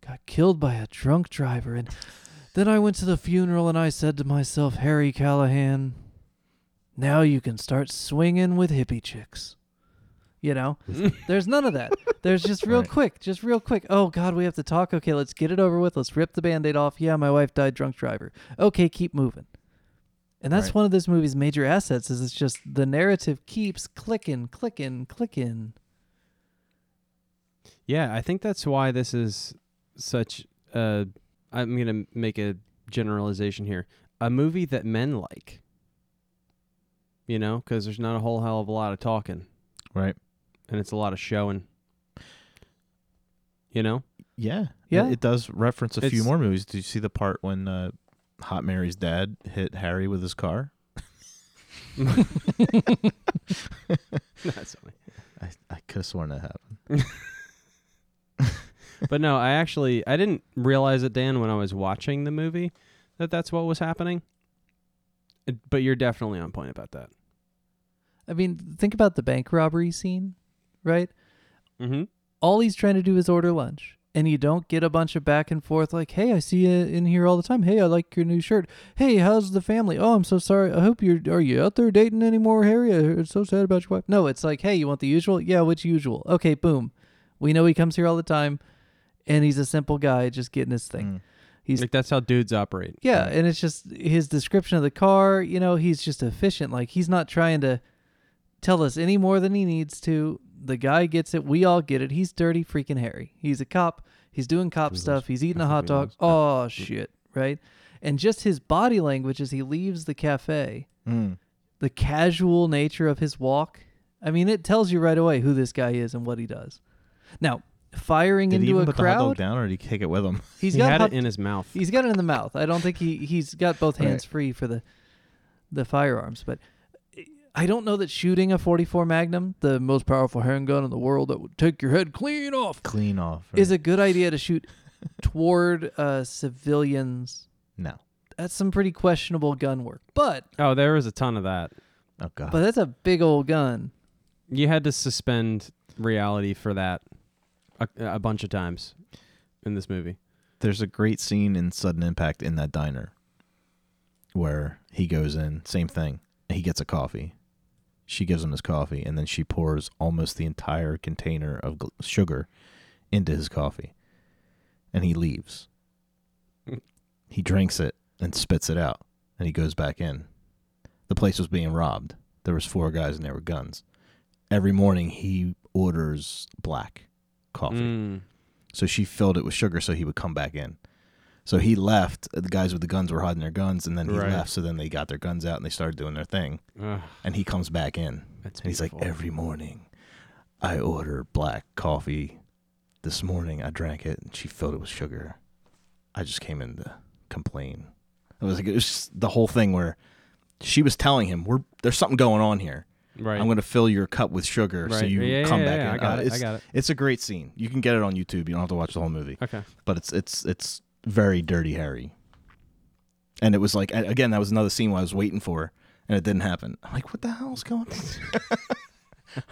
[SPEAKER 2] got killed by a drunk driver and then I went to the funeral and I said to myself, Harry Callahan, now you can start swinging with hippie chicks. You know, there's none of that. There's just real
[SPEAKER 3] Right.
[SPEAKER 2] quick, just real quick. Oh, God, we have to talk. Okay, let's get it over with. Let's rip the band aid off. Yeah, my wife died drunk driver. Okay, keep moving. And that's
[SPEAKER 3] Right.
[SPEAKER 2] one of this movie's major assets is it's just the narrative keeps clicking, clicking, clicking.
[SPEAKER 4] Yeah, I think that's why this is such a. I'm going to make a generalization here. A movie that men like. You know, because there's not a whole hell of a lot of talking
[SPEAKER 3] Right.
[SPEAKER 4] and it's a lot of showing. You know?
[SPEAKER 3] Yeah. It-
[SPEAKER 2] Yeah.
[SPEAKER 3] It, does reference a few
[SPEAKER 4] It's-
[SPEAKER 3] more movies. Did you see the part when uh, Hot Mary's dad hit Harry with his car?
[SPEAKER 4] That's funny.
[SPEAKER 3] I, I could have sworn that happened.
[SPEAKER 4] but no, I actually I didn't realize it, Dan, when I was watching the movie that that's what was happening. Uh, But you're definitely on point about that.
[SPEAKER 2] I mean, think about the bank robbery scene, right?
[SPEAKER 4] Mm-hmm.
[SPEAKER 2] all he's trying to do is order lunch and you don't get a bunch of back and forth like hey i see you in here all the time hey i like your new shirt hey how's the family oh i'm so sorry i hope you're are you out there dating anymore harry i'm so sad about your wife no it's like hey you want the usual yeah what's usual okay boom we know he comes here all the time and he's a simple guy just getting his thing
[SPEAKER 3] Mm.
[SPEAKER 2] he's
[SPEAKER 4] Like that's how dudes operate.
[SPEAKER 2] yeah, and it's just his description of the car, you know, he's just efficient. Like he's not trying to tell us any more than he needs to. The guy gets it, we all get it. He's dirty freaking Harry. He's a cop. He's doing cop
[SPEAKER 4] Jesus.
[SPEAKER 2] stuff. He's eating
[SPEAKER 4] I
[SPEAKER 2] a
[SPEAKER 4] think
[SPEAKER 2] hot
[SPEAKER 4] we
[SPEAKER 2] dog.
[SPEAKER 4] lost-
[SPEAKER 2] Oh shit, right? And just his body language as he leaves the cafe,
[SPEAKER 3] Mm.
[SPEAKER 2] the casual nature of his walk. I mean, it tells you right away who this guy is and what he does. Now, firing
[SPEAKER 3] Did he
[SPEAKER 2] into
[SPEAKER 3] even
[SPEAKER 2] a
[SPEAKER 3] put the hot
[SPEAKER 2] crowd,
[SPEAKER 3] dog down or did he take it with him?
[SPEAKER 2] he's
[SPEAKER 4] he
[SPEAKER 2] got
[SPEAKER 4] had
[SPEAKER 2] hot
[SPEAKER 4] it in his mouth.
[SPEAKER 2] He's got it in the mouth. I don't think he he's got both
[SPEAKER 3] Right.
[SPEAKER 2] hands free for the the firearms, but I don't know that shooting a 44 Magnum, the most powerful handgun in the world that would take your head clean off,
[SPEAKER 3] Clean off.
[SPEAKER 2] is a good idea to shoot toward uh, civilians.
[SPEAKER 3] No.
[SPEAKER 2] That's some pretty questionable gun work. But
[SPEAKER 4] Oh, there was a ton of that.
[SPEAKER 3] Oh, God.
[SPEAKER 2] but that's a big old gun.
[SPEAKER 4] You had to suspend reality for that a, a bunch of times in this movie.
[SPEAKER 3] there's a great scene in Sudden Impact in that diner where he goes in, same thing. He gets a coffee. She gives him his coffee, and then she pours almost the entire container of gl- sugar into his coffee. And he leaves. he drinks it and spits it out, and he goes back in. The place was being robbed. There was four guys, and there were guns. Every morning, he orders black coffee.
[SPEAKER 4] Mm.
[SPEAKER 3] So she filled it with sugar so he would come back in. So he left. uh, The guys with the guns were hiding their guns, and then he
[SPEAKER 4] Right.
[SPEAKER 3] left. So then they got their guns out and they started doing their thing.
[SPEAKER 4] Ugh,
[SPEAKER 3] And he comes back in.
[SPEAKER 4] that's
[SPEAKER 3] And he's like,
[SPEAKER 4] beautiful.
[SPEAKER 3] Every morning I order black coffee. This morning I drank it and she filled it with sugar. I just came in to complain. It was like, it was just the whole thing where she was telling him, We're, There's something going on here.
[SPEAKER 4] right.
[SPEAKER 3] I'm going to fill your cup with sugar so
[SPEAKER 4] Right.
[SPEAKER 3] you
[SPEAKER 4] Yeah,
[SPEAKER 3] come
[SPEAKER 4] yeah,
[SPEAKER 3] back
[SPEAKER 4] yeah, I
[SPEAKER 3] in. Uh,
[SPEAKER 4] got it, I
[SPEAKER 3] it's,
[SPEAKER 4] got it.
[SPEAKER 3] it's a great scene. You can get it on YouTube. You don't have to watch the whole movie
[SPEAKER 4] okay.
[SPEAKER 3] but it's it's it's very dirty Harry. And it was like a- again, that was another scene I was waiting for, and it didn't happen. I'm like, what the hell's going? on?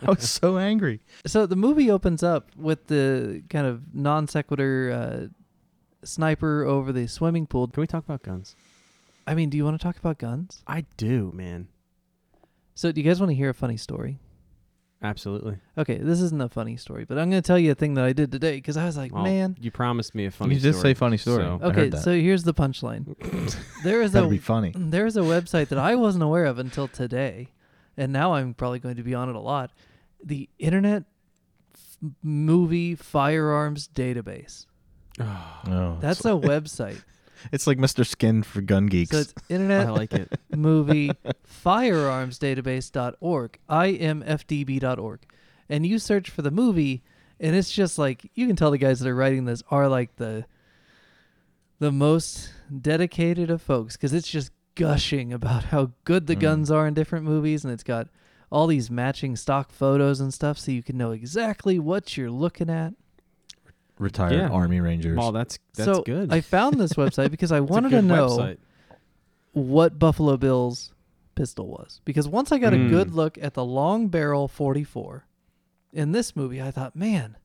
[SPEAKER 3] I was so angry.
[SPEAKER 2] So the movie opens up with the kind of non sequitur uh, sniper over the swimming pool.
[SPEAKER 4] Can we talk about guns?
[SPEAKER 2] I mean, do you want to talk about guns?
[SPEAKER 4] I do, man.
[SPEAKER 2] So do you guys want to hear a funny story?
[SPEAKER 4] Absolutely.
[SPEAKER 2] Okay, this isn't a funny story, but I'm going to tell you a thing that I did today because I was like,
[SPEAKER 4] Well,
[SPEAKER 2] man.
[SPEAKER 4] you promised me a funny.
[SPEAKER 3] you did
[SPEAKER 4] story,
[SPEAKER 3] say funny story.
[SPEAKER 4] so-
[SPEAKER 3] Oh, I
[SPEAKER 2] Okay,
[SPEAKER 3] heard that.
[SPEAKER 2] so here's the punchline. There is
[SPEAKER 3] That'd
[SPEAKER 2] a Mm,
[SPEAKER 3] be funny.
[SPEAKER 2] there is a website that I wasn't aware of until today, and now I'm probably going to be on it a lot. The Internet F- Movie Firearms Database. Uh,
[SPEAKER 3] Oh,
[SPEAKER 2] That's a website.
[SPEAKER 3] it's, it's like Mr. Skin for Gun Geeks.
[SPEAKER 2] So it's
[SPEAKER 4] I
[SPEAKER 2] Internet
[SPEAKER 4] like it.
[SPEAKER 2] movie firearmsdatabase.org, imfdb.org. And you search for the movie and it's just like you can tell the guys that are writing this are like the the most dedicated of folks cuz it's just gushing about how good the
[SPEAKER 3] Mm.
[SPEAKER 2] guns are in different movies and it's got all these matching stock photos and stuff so you can know exactly what you're looking at.
[SPEAKER 3] Retired
[SPEAKER 4] Yeah.
[SPEAKER 3] Army Rangers.
[SPEAKER 4] Well, that's that's
[SPEAKER 2] so
[SPEAKER 4] good.
[SPEAKER 2] I found this website because I
[SPEAKER 4] It's a
[SPEAKER 2] wanted to
[SPEAKER 4] good
[SPEAKER 2] know
[SPEAKER 4] website.
[SPEAKER 2] what Buffalo Bill's pistol was because once I got a
[SPEAKER 4] Mm.
[SPEAKER 2] good look at the long barrel 44 in this movie, I thought, man,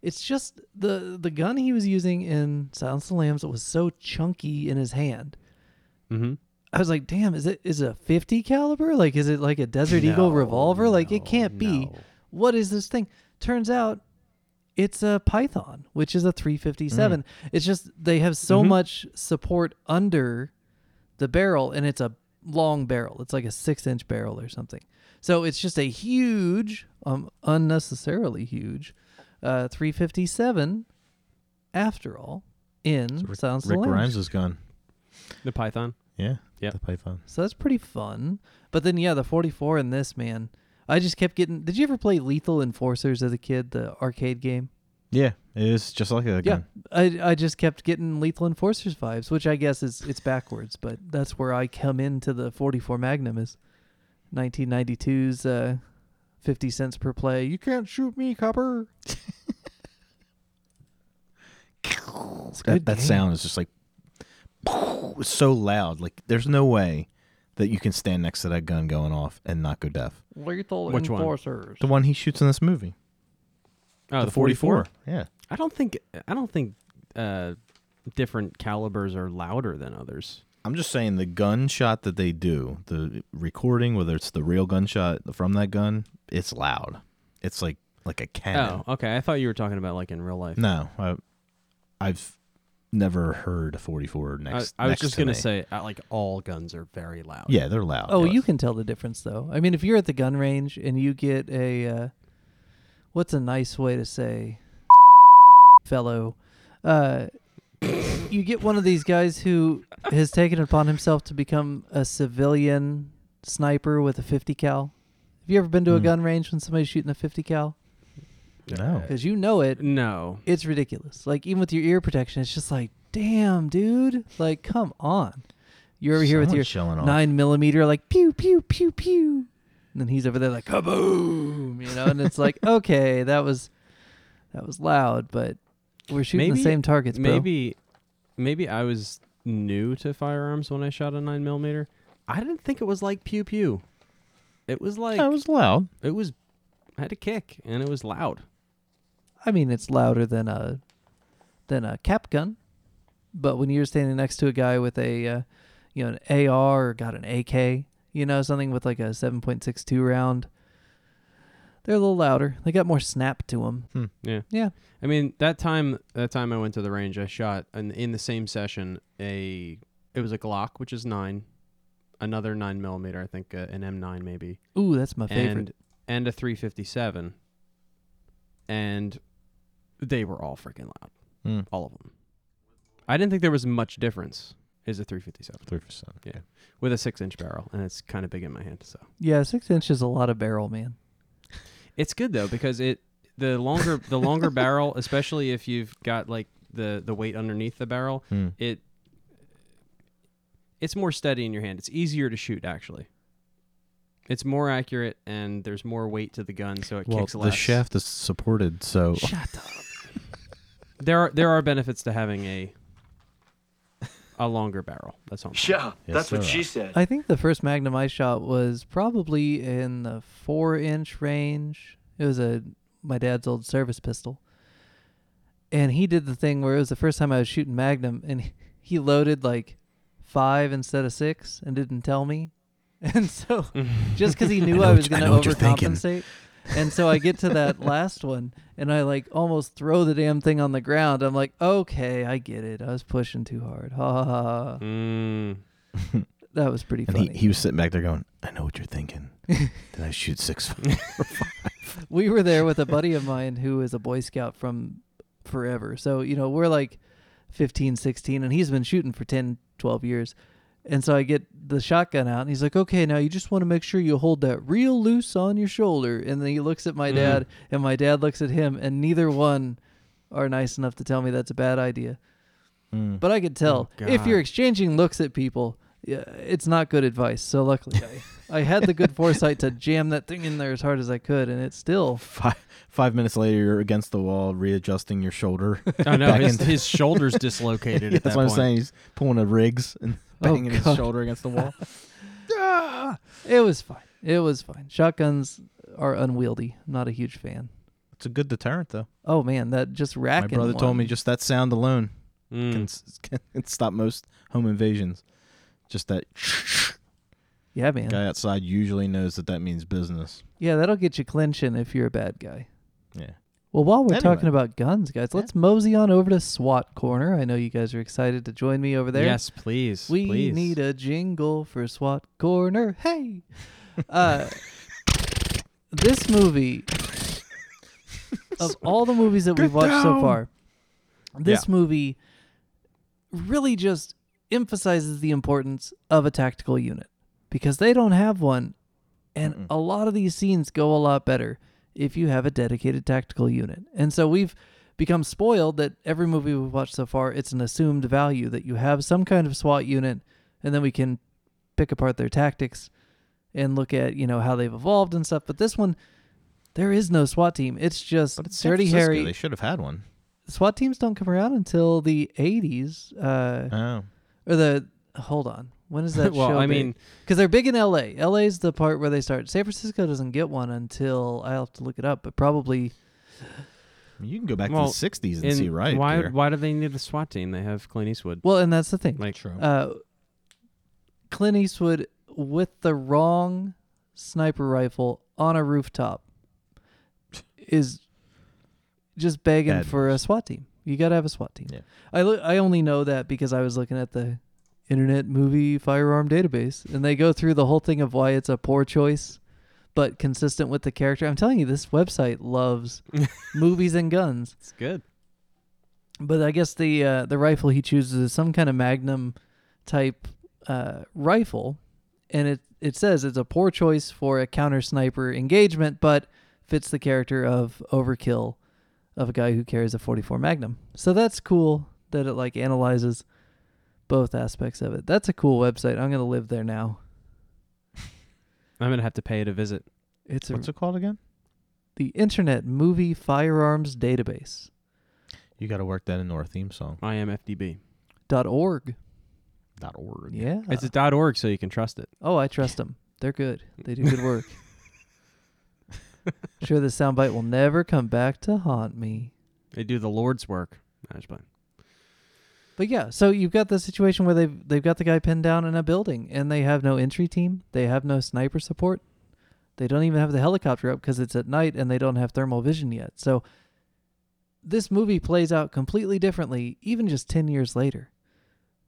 [SPEAKER 2] it's just the the gun he was using in Silence of the Lambs was so chunky in his hand.
[SPEAKER 4] Mhm.
[SPEAKER 2] I was like, damn, is it is it a 50 caliber? Like, is it like a Desert Eagle
[SPEAKER 4] No,
[SPEAKER 2] revolver? Like, it
[SPEAKER 4] no,
[SPEAKER 2] can't be.
[SPEAKER 4] no.
[SPEAKER 2] What is this thing? Turns out. It's a Python, which is a 357.
[SPEAKER 4] Mm-hmm.
[SPEAKER 2] It's just they have so
[SPEAKER 4] Mhm.
[SPEAKER 2] much support under the barrel and it's a long barrel it's like a six inch barrel or something so it's just a huge um unnecessarily huge uh 357 after all in
[SPEAKER 3] It's Rick,
[SPEAKER 2] sounds
[SPEAKER 3] Rick Grimes' gun.
[SPEAKER 4] The Python.
[SPEAKER 3] Yeah.
[SPEAKER 4] Yep.
[SPEAKER 3] The Python.
[SPEAKER 2] so that's pretty fun but then yeah the 44 in this man i just kept getting did you ever play lethal enforcers as a kid the arcade game
[SPEAKER 3] Yeah. It is just like that gun.
[SPEAKER 2] I, I just kept getting lethal enforcers vibes which i guess is it's backwards but that's where i come into the 44 magnum is 1992's uh, 50 cents per play you can't shoot me copper It's a
[SPEAKER 3] That,
[SPEAKER 2] good
[SPEAKER 3] that
[SPEAKER 2] game.
[SPEAKER 3] sound is just like it's so loud. Like there's no way that you can stand next to that gun going off and not go deaf.
[SPEAKER 2] lethal
[SPEAKER 4] Which one?
[SPEAKER 2] enforcers
[SPEAKER 3] The one he shoots in this movie.
[SPEAKER 4] Oh, the,
[SPEAKER 3] 44. Yeah.
[SPEAKER 4] I don't think I don't think uh, different calibers are louder than others.
[SPEAKER 3] I'm just saying the gunshot that they do, the recording, whether it's the real gunshot from that gun, it's loud. It's like like a cannon.
[SPEAKER 4] Oh, okay. I thought you were talking about like in real life.
[SPEAKER 3] No, I, I've never heard a 44
[SPEAKER 4] I-
[SPEAKER 3] next.
[SPEAKER 4] I, was
[SPEAKER 3] next
[SPEAKER 4] just
[SPEAKER 3] to
[SPEAKER 4] gonna
[SPEAKER 3] me.
[SPEAKER 4] say uh, like all guns are very loud.
[SPEAKER 3] Yeah, they're loud.
[SPEAKER 2] oh you can tell the difference though i mean if you're at the gun range and you get a uh, what's a nice way to say fellow uh, you get one of these guys who has taken it upon himself to become a civilian sniper with a 50 cal have you ever been to a
[SPEAKER 3] Mm.
[SPEAKER 2] gun range when somebody's shooting a 50 cal
[SPEAKER 3] No.
[SPEAKER 2] because you know it
[SPEAKER 4] No.
[SPEAKER 2] it's ridiculous. Like even with your ear protection, it's just like, damn, dude. Like, come on. You're over here with
[SPEAKER 3] Someone's
[SPEAKER 2] your
[SPEAKER 3] showing off.
[SPEAKER 2] nine millimeter, like pew pew pew pew, and then he's over there like kaboom, you know. And it's like, okay, that was that was loud, but we're shooting
[SPEAKER 4] Maybe-
[SPEAKER 2] the same targets, bro.
[SPEAKER 4] maybe, maybe I was new to firearms when I shot a nine millimeter. I didn't think it was like pew pew. It was like
[SPEAKER 3] Yeah, it was loud.
[SPEAKER 4] it was. I had a kick and it was loud.
[SPEAKER 2] I mean, it's louder than a than a cap gun, but when you're standing next to a guy with a uh, you know an AR or got an AK, you know something with like a 7.62 round, they're a little louder. They got more snap to them.
[SPEAKER 4] Yeah.
[SPEAKER 2] Yeah.
[SPEAKER 4] I mean, that time that time I went to the range, I shot in, in the same session a it was a Glock, which is nine, another nine millimeter, I think uh, an M nine maybe,
[SPEAKER 2] Ooh, that's my favorite.
[SPEAKER 4] and and a three fifty seven, and they were all freaking loud,
[SPEAKER 3] Mm.
[SPEAKER 4] all of them. I didn't think there was much difference. Is a three fifty seven
[SPEAKER 3] Three percent.
[SPEAKER 4] Yeah. with a six inch barrel, and it's kind of big in my hand, so
[SPEAKER 2] yeah, six inches is a lot of barrel, man.
[SPEAKER 4] It's good though because it the longer the longer barrel, especially if you've got like the the weight underneath the barrel,
[SPEAKER 3] Hmm.
[SPEAKER 4] it it's more steady in your hand. It's easier to shoot actually. It's more accurate and there's more weight to the gun, so it
[SPEAKER 3] Well,
[SPEAKER 4] kicks
[SPEAKER 3] the
[SPEAKER 4] less.
[SPEAKER 3] shaft is supported, so
[SPEAKER 2] Shut up.
[SPEAKER 4] There are there are benefits to having a a longer barrel. That's all. I'm saying.
[SPEAKER 1] Yeah,
[SPEAKER 3] Yes,
[SPEAKER 1] that's what
[SPEAKER 3] sir.
[SPEAKER 1] she said.
[SPEAKER 2] I think the first Magnum I shot was probably in the four inch range. It was a my dad's old service pistol, and he did the thing where it was the first time I was shooting Magnum, and he loaded like five instead of six, and didn't tell me, and so just because he knew
[SPEAKER 3] know
[SPEAKER 2] I
[SPEAKER 3] what
[SPEAKER 2] was
[SPEAKER 3] you- I
[SPEAKER 2] going to
[SPEAKER 3] know what you're thinking.
[SPEAKER 2] overcompensate, And so I get to that last one and I like almost throw the damn thing on the ground. I'm like, okay, I get it. I was pushing too hard. Ha ha ha. ha.
[SPEAKER 4] Mm.
[SPEAKER 2] That was pretty
[SPEAKER 3] And
[SPEAKER 2] funny.
[SPEAKER 3] he, he was sitting back there going, I know what you're thinking. Did I shoot six?
[SPEAKER 2] we were there with a buddy of mine who is a Boy Scout from forever. So, you know, we're like 15, 16, and he's been shooting for 10, 12 years. And so I get the shotgun out, and he's like, okay, now you just want to make sure you hold that real loose on your shoulder. And then he looks at my
[SPEAKER 4] Mm.
[SPEAKER 2] dad, and my dad looks at him, and neither one are nice enough to tell me that's a bad idea.
[SPEAKER 3] Mm.
[SPEAKER 2] But I could tell
[SPEAKER 4] Oh,
[SPEAKER 2] if you're
[SPEAKER 4] God.
[SPEAKER 2] exchanging looks at people, yeah, it's not good advice. So luckily, I, I had the good foresight to jam that thing in there as hard as I could, and it still
[SPEAKER 3] Five, five minutes later, you're against the wall, readjusting your shoulder.
[SPEAKER 4] I know
[SPEAKER 3] Back
[SPEAKER 4] his,
[SPEAKER 3] into-
[SPEAKER 4] his shoulders dislocated.
[SPEAKER 3] Yeah,
[SPEAKER 4] at that
[SPEAKER 3] that's what I'm
[SPEAKER 4] point.
[SPEAKER 3] saying. He's pulling a rigs and
[SPEAKER 2] Oh,
[SPEAKER 3] banging his
[SPEAKER 2] God.
[SPEAKER 3] shoulder against the wall. Ah!
[SPEAKER 2] It was fine. It was fine. Shotguns are unwieldy. I'm not a huge fan.
[SPEAKER 3] It's a good deterrent, though.
[SPEAKER 2] Oh man, that just
[SPEAKER 3] My
[SPEAKER 2] racking.
[SPEAKER 3] brother told
[SPEAKER 2] one.
[SPEAKER 3] me just that sound alone
[SPEAKER 4] Mm.
[SPEAKER 3] can, s- can stop most home invasions. Just that
[SPEAKER 2] Yeah, man.
[SPEAKER 3] guy outside usually knows that that means business.
[SPEAKER 2] Yeah, that'll get you clinching if you're a bad guy.
[SPEAKER 3] Yeah.
[SPEAKER 2] Well, while we're
[SPEAKER 3] Anyway.
[SPEAKER 2] talking about guns, guys, let's mosey on over to SWAT corner. I know you guys are excited to join me over there.
[SPEAKER 4] Yes, please.
[SPEAKER 2] We
[SPEAKER 4] please.
[SPEAKER 2] need a jingle for SWAT corner. Hey. Uh this movie of all the movies that we've watched so
[SPEAKER 4] down.
[SPEAKER 2] far, this movie really just emphasizes the importance of a tactical unit because they don't have one and a lot of these scenes go a lot better if you have a dedicated tactical unit. And so we've become spoiled that every movie we've watched so far, it's an assumed value that you have some kind of SWAT unit, and then we can pick apart their tactics and look at you know how they've evolved and stuff. But this one, there is no SWAT team. It's just
[SPEAKER 3] But it's San
[SPEAKER 2] Dirty
[SPEAKER 3] Francisco.
[SPEAKER 2] Harry.
[SPEAKER 3] They should have had one.
[SPEAKER 2] SWAT teams don't come around until the '80s, uh,
[SPEAKER 3] Oh.
[SPEAKER 2] or the hold on. When is that show?
[SPEAKER 4] well, I
[SPEAKER 2] big?
[SPEAKER 4] mean,
[SPEAKER 2] Because they're big in LA. LA's the part where they start. San Francisco doesn't get one until I'll have to look it up, but probably
[SPEAKER 3] You can go back
[SPEAKER 4] Well,
[SPEAKER 3] to the 60s and
[SPEAKER 4] in-
[SPEAKER 3] see right
[SPEAKER 4] why
[SPEAKER 3] there.
[SPEAKER 4] why do they need a SWAT team? They have Clint Eastwood.
[SPEAKER 2] well, and that's the thing.
[SPEAKER 4] Like
[SPEAKER 3] True.
[SPEAKER 2] Uh, Clint Eastwood with the wrong sniper rifle on a rooftop is just begging
[SPEAKER 3] Bad
[SPEAKER 2] for a
[SPEAKER 3] news.
[SPEAKER 2] SWAT team. You got to have a SWAT team.
[SPEAKER 3] Yeah.
[SPEAKER 2] I lo- I only know that because I was looking at the Internet Movie Firearm Database, and they go through the whole thing of why it's a poor choice, but consistent with the character. I'm telling you, this website loves movies and guns.
[SPEAKER 4] it's good.
[SPEAKER 2] But I guess the uh, the rifle he chooses is some kind of Magnum type uh, rifle, and it it says it's a poor choice for a counter sniper engagement, but fits the character of overkill of a guy who carries a 44 Magnum. So that's cool that it like analyzes both aspects of it. That's a cool website. I'm gonna live there now.
[SPEAKER 4] I'm gonna have to pay it a visit.
[SPEAKER 2] It's a,
[SPEAKER 3] What's it called again?
[SPEAKER 2] the Internet Movie Firearms Database
[SPEAKER 3] You got to work that into our theme song.
[SPEAKER 4] IMFDB.
[SPEAKER 2] dot org.
[SPEAKER 3] Dot org.
[SPEAKER 2] Yeah.
[SPEAKER 4] It's a dot org, so you can trust it.
[SPEAKER 2] Oh, I trust them. They're good. They do good work. sure, the soundbite will never come back to haunt me.
[SPEAKER 4] They do the Lord's work. I was playing.
[SPEAKER 2] But yeah, so you've got the situation where they've they've got the guy pinned down in a building, and they have no entry team. They have no sniper support. They don't even have the helicopter up because it's at night, and they don't have thermal vision yet. So this movie plays out completely differently, even just ten years later.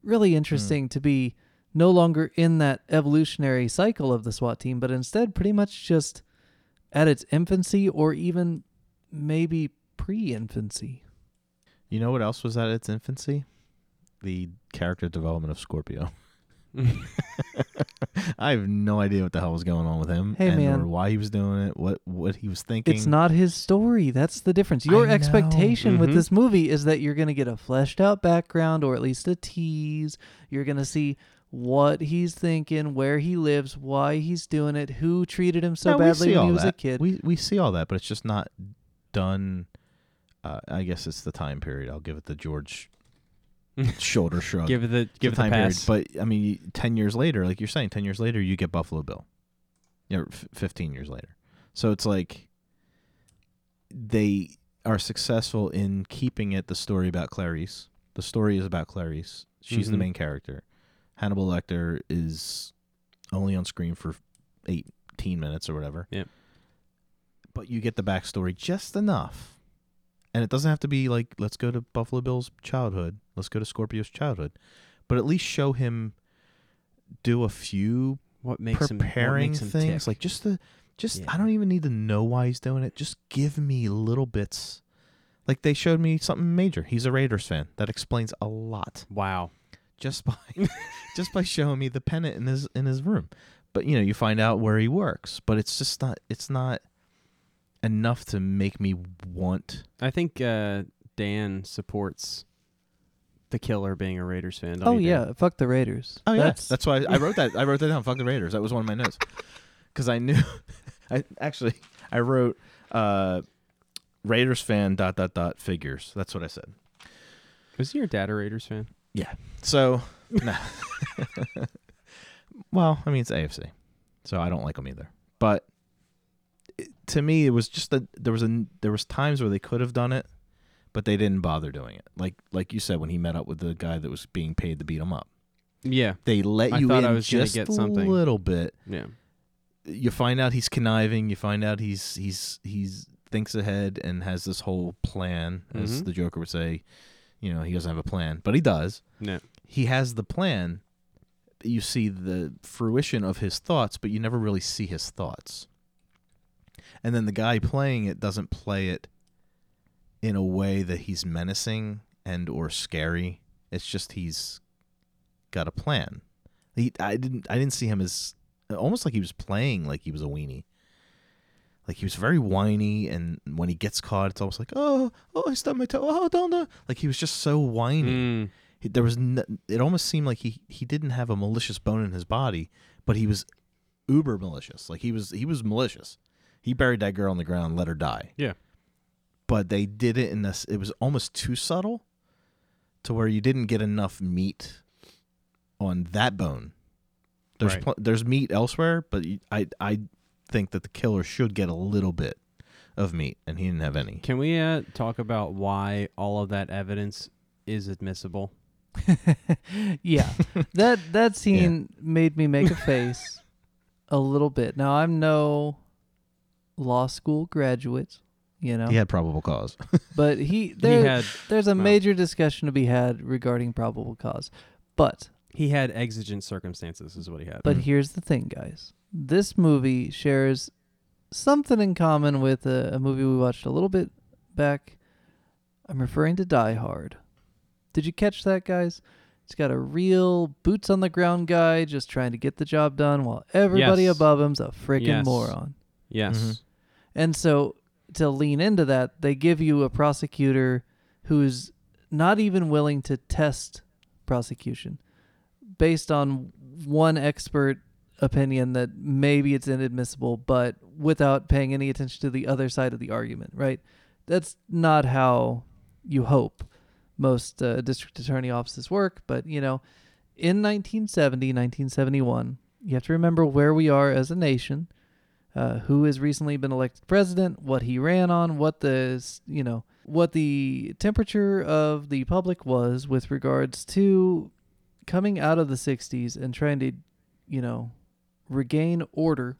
[SPEAKER 2] Really interesting to be no longer in that evolutionary cycle of the SWAT team, but instead pretty much just at its infancy, or even maybe pre-infancy.
[SPEAKER 3] You know what else was at its infancy? The character development of Scorpio. I have no idea what the hell was going on with him,
[SPEAKER 2] Hey,
[SPEAKER 3] and
[SPEAKER 2] man.
[SPEAKER 3] or why he was doing it, what what he was thinking.
[SPEAKER 2] It's not his story. That's the difference. Your
[SPEAKER 3] know. Mm-hmm.
[SPEAKER 2] expectation with
[SPEAKER 4] Mhm.
[SPEAKER 2] this movie is that you're going to get a fleshed out background or at least a tease. You're going to see what he's thinking, where he lives, why he's doing it, who treated him so
[SPEAKER 3] No, we see
[SPEAKER 2] badly when
[SPEAKER 3] all
[SPEAKER 2] he was
[SPEAKER 3] that.
[SPEAKER 2] a kid.
[SPEAKER 3] We we see all that, but it's just not done. Uh, I guess it's the time period. I'll give it the George shoulder shrug.
[SPEAKER 4] Give it the
[SPEAKER 3] Uh, It's
[SPEAKER 4] give it
[SPEAKER 3] the
[SPEAKER 4] the
[SPEAKER 3] time
[SPEAKER 4] pass.
[SPEAKER 3] period. But I mean, you- ten years later, like you're saying, ten years later, you get Buffalo Bill. You know, f- fifteen years later. So it's like they are successful in keeping it the story about Clarice. The story is about Clarice. She's the
[SPEAKER 4] Mhm.
[SPEAKER 3] main character. Hannibal Lecter is only on screen for 18 minutes or whatever.
[SPEAKER 4] Yep.
[SPEAKER 3] but you get the backstory just enough. And it doesn't have to be like, let's go to Buffalo Bill's childhood, let's go to Scorpio's childhood, but at least show him do a few
[SPEAKER 4] What makes him
[SPEAKER 3] preparing
[SPEAKER 4] what makes him
[SPEAKER 3] things.
[SPEAKER 4] tick?
[SPEAKER 3] Like just the just
[SPEAKER 4] Yeah.
[SPEAKER 3] I don't even need to know why he's doing it. Just give me little bits. Like they showed me something major. He's a Raiders fan. That explains a lot
[SPEAKER 4] wow.
[SPEAKER 3] just by just by showing me the pennant in his in his room. But you know, you find out where he works, but it's just not it's not enough to make me want
[SPEAKER 4] I think uh, Dan supports the killer being a Raiders fan. don't
[SPEAKER 2] Oh
[SPEAKER 4] you, Dan?
[SPEAKER 2] yeah, fuck the Raiders.
[SPEAKER 3] Oh yeah,
[SPEAKER 2] that's,
[SPEAKER 3] that's, why I, wrote that. I wrote that down. Fuck the Raiders. That was one of my notes because I knew. I actually I wrote uh, Raiders fan dot dot dot figures. That's what I said.
[SPEAKER 4] Was your dad a Raiders fan?
[SPEAKER 3] So no. well, I mean it's AFC, so I don't like them either. But it, to me, it was just that there was a there was times where they could have done it, but they didn't bother doing it. Like like you said when he met up with the guy that was being paid to beat him up.
[SPEAKER 4] Yeah,
[SPEAKER 3] They let
[SPEAKER 4] I
[SPEAKER 3] you
[SPEAKER 4] thought
[SPEAKER 3] in
[SPEAKER 4] I was gonna
[SPEAKER 3] just
[SPEAKER 4] get
[SPEAKER 3] a
[SPEAKER 4] something.
[SPEAKER 3] little bit.
[SPEAKER 4] yeah.
[SPEAKER 3] you find out he's conniving you find out he's he's he's thinks ahead and has this whole plan as
[SPEAKER 4] Mhm.
[SPEAKER 3] the joker would say you know he doesn't have a plan but he does
[SPEAKER 4] No.
[SPEAKER 3] he has the plan you see the fruition of his thoughts but you never really see his thoughts and then the guy playing it doesn't play it in a way that he's menacing and or scary it's just he's got a plan he i didn't i didn't see him as almost like he was playing like he was a weenie like he was very whiny and when he gets caught it's almost like oh oh i stubbed my toe oh don't know like he was just so whiny
[SPEAKER 4] Mm,
[SPEAKER 3] he- there was no, it almost seemed like he he didn't have a malicious bone in his body, but he was uber malicious. Like he was he was malicious. He buried that girl on the ground, and let her die.
[SPEAKER 4] Yeah.
[SPEAKER 3] But they did it in this. It was almost too subtle, to where you didn't get enough meat on that bone. There's
[SPEAKER 4] Right.
[SPEAKER 3] pl- there's meat elsewhere, but you, I I think that the killer should get a little bit of meat, and he didn't have any.
[SPEAKER 4] Can we uh, talk about why all of that evidence is admissible?
[SPEAKER 2] yeah. that that scene made me make a face a little bit. Now I'm no law school graduate, you know,
[SPEAKER 3] He had probable cause.
[SPEAKER 2] but he there
[SPEAKER 4] he had
[SPEAKER 2] there's a
[SPEAKER 4] well.
[SPEAKER 2] major discussion to be had regarding probable cause. But
[SPEAKER 4] he had exigent circumstances, is what he had.
[SPEAKER 2] But
[SPEAKER 3] Mhm.
[SPEAKER 2] here's the thing, guys. This movie shares something in common with a, a movie we watched a little bit back. I'm referring to Die Hard. Did you catch that, guys? It's got a real boots on the ground guy just trying to get the job done while everybody
[SPEAKER 4] Yes.
[SPEAKER 2] above him's a freaking
[SPEAKER 4] Yes.
[SPEAKER 2] moron.
[SPEAKER 4] yes,
[SPEAKER 3] Mhm.
[SPEAKER 2] And so to lean into that, they give you a prosecutor who's not even willing to test prosecution based on one expert opinion that maybe it's inadmissible, but without paying any attention to the other side of the argument, right? That's not how you hope most uh, district attorney offices work, but you know, in 1970, 1971, you have to remember where we are as a nation uh, who has recently been elected president, what he ran on, what the you know what the temperature of the public was with regards to coming out of the '60s and trying to you know regain order.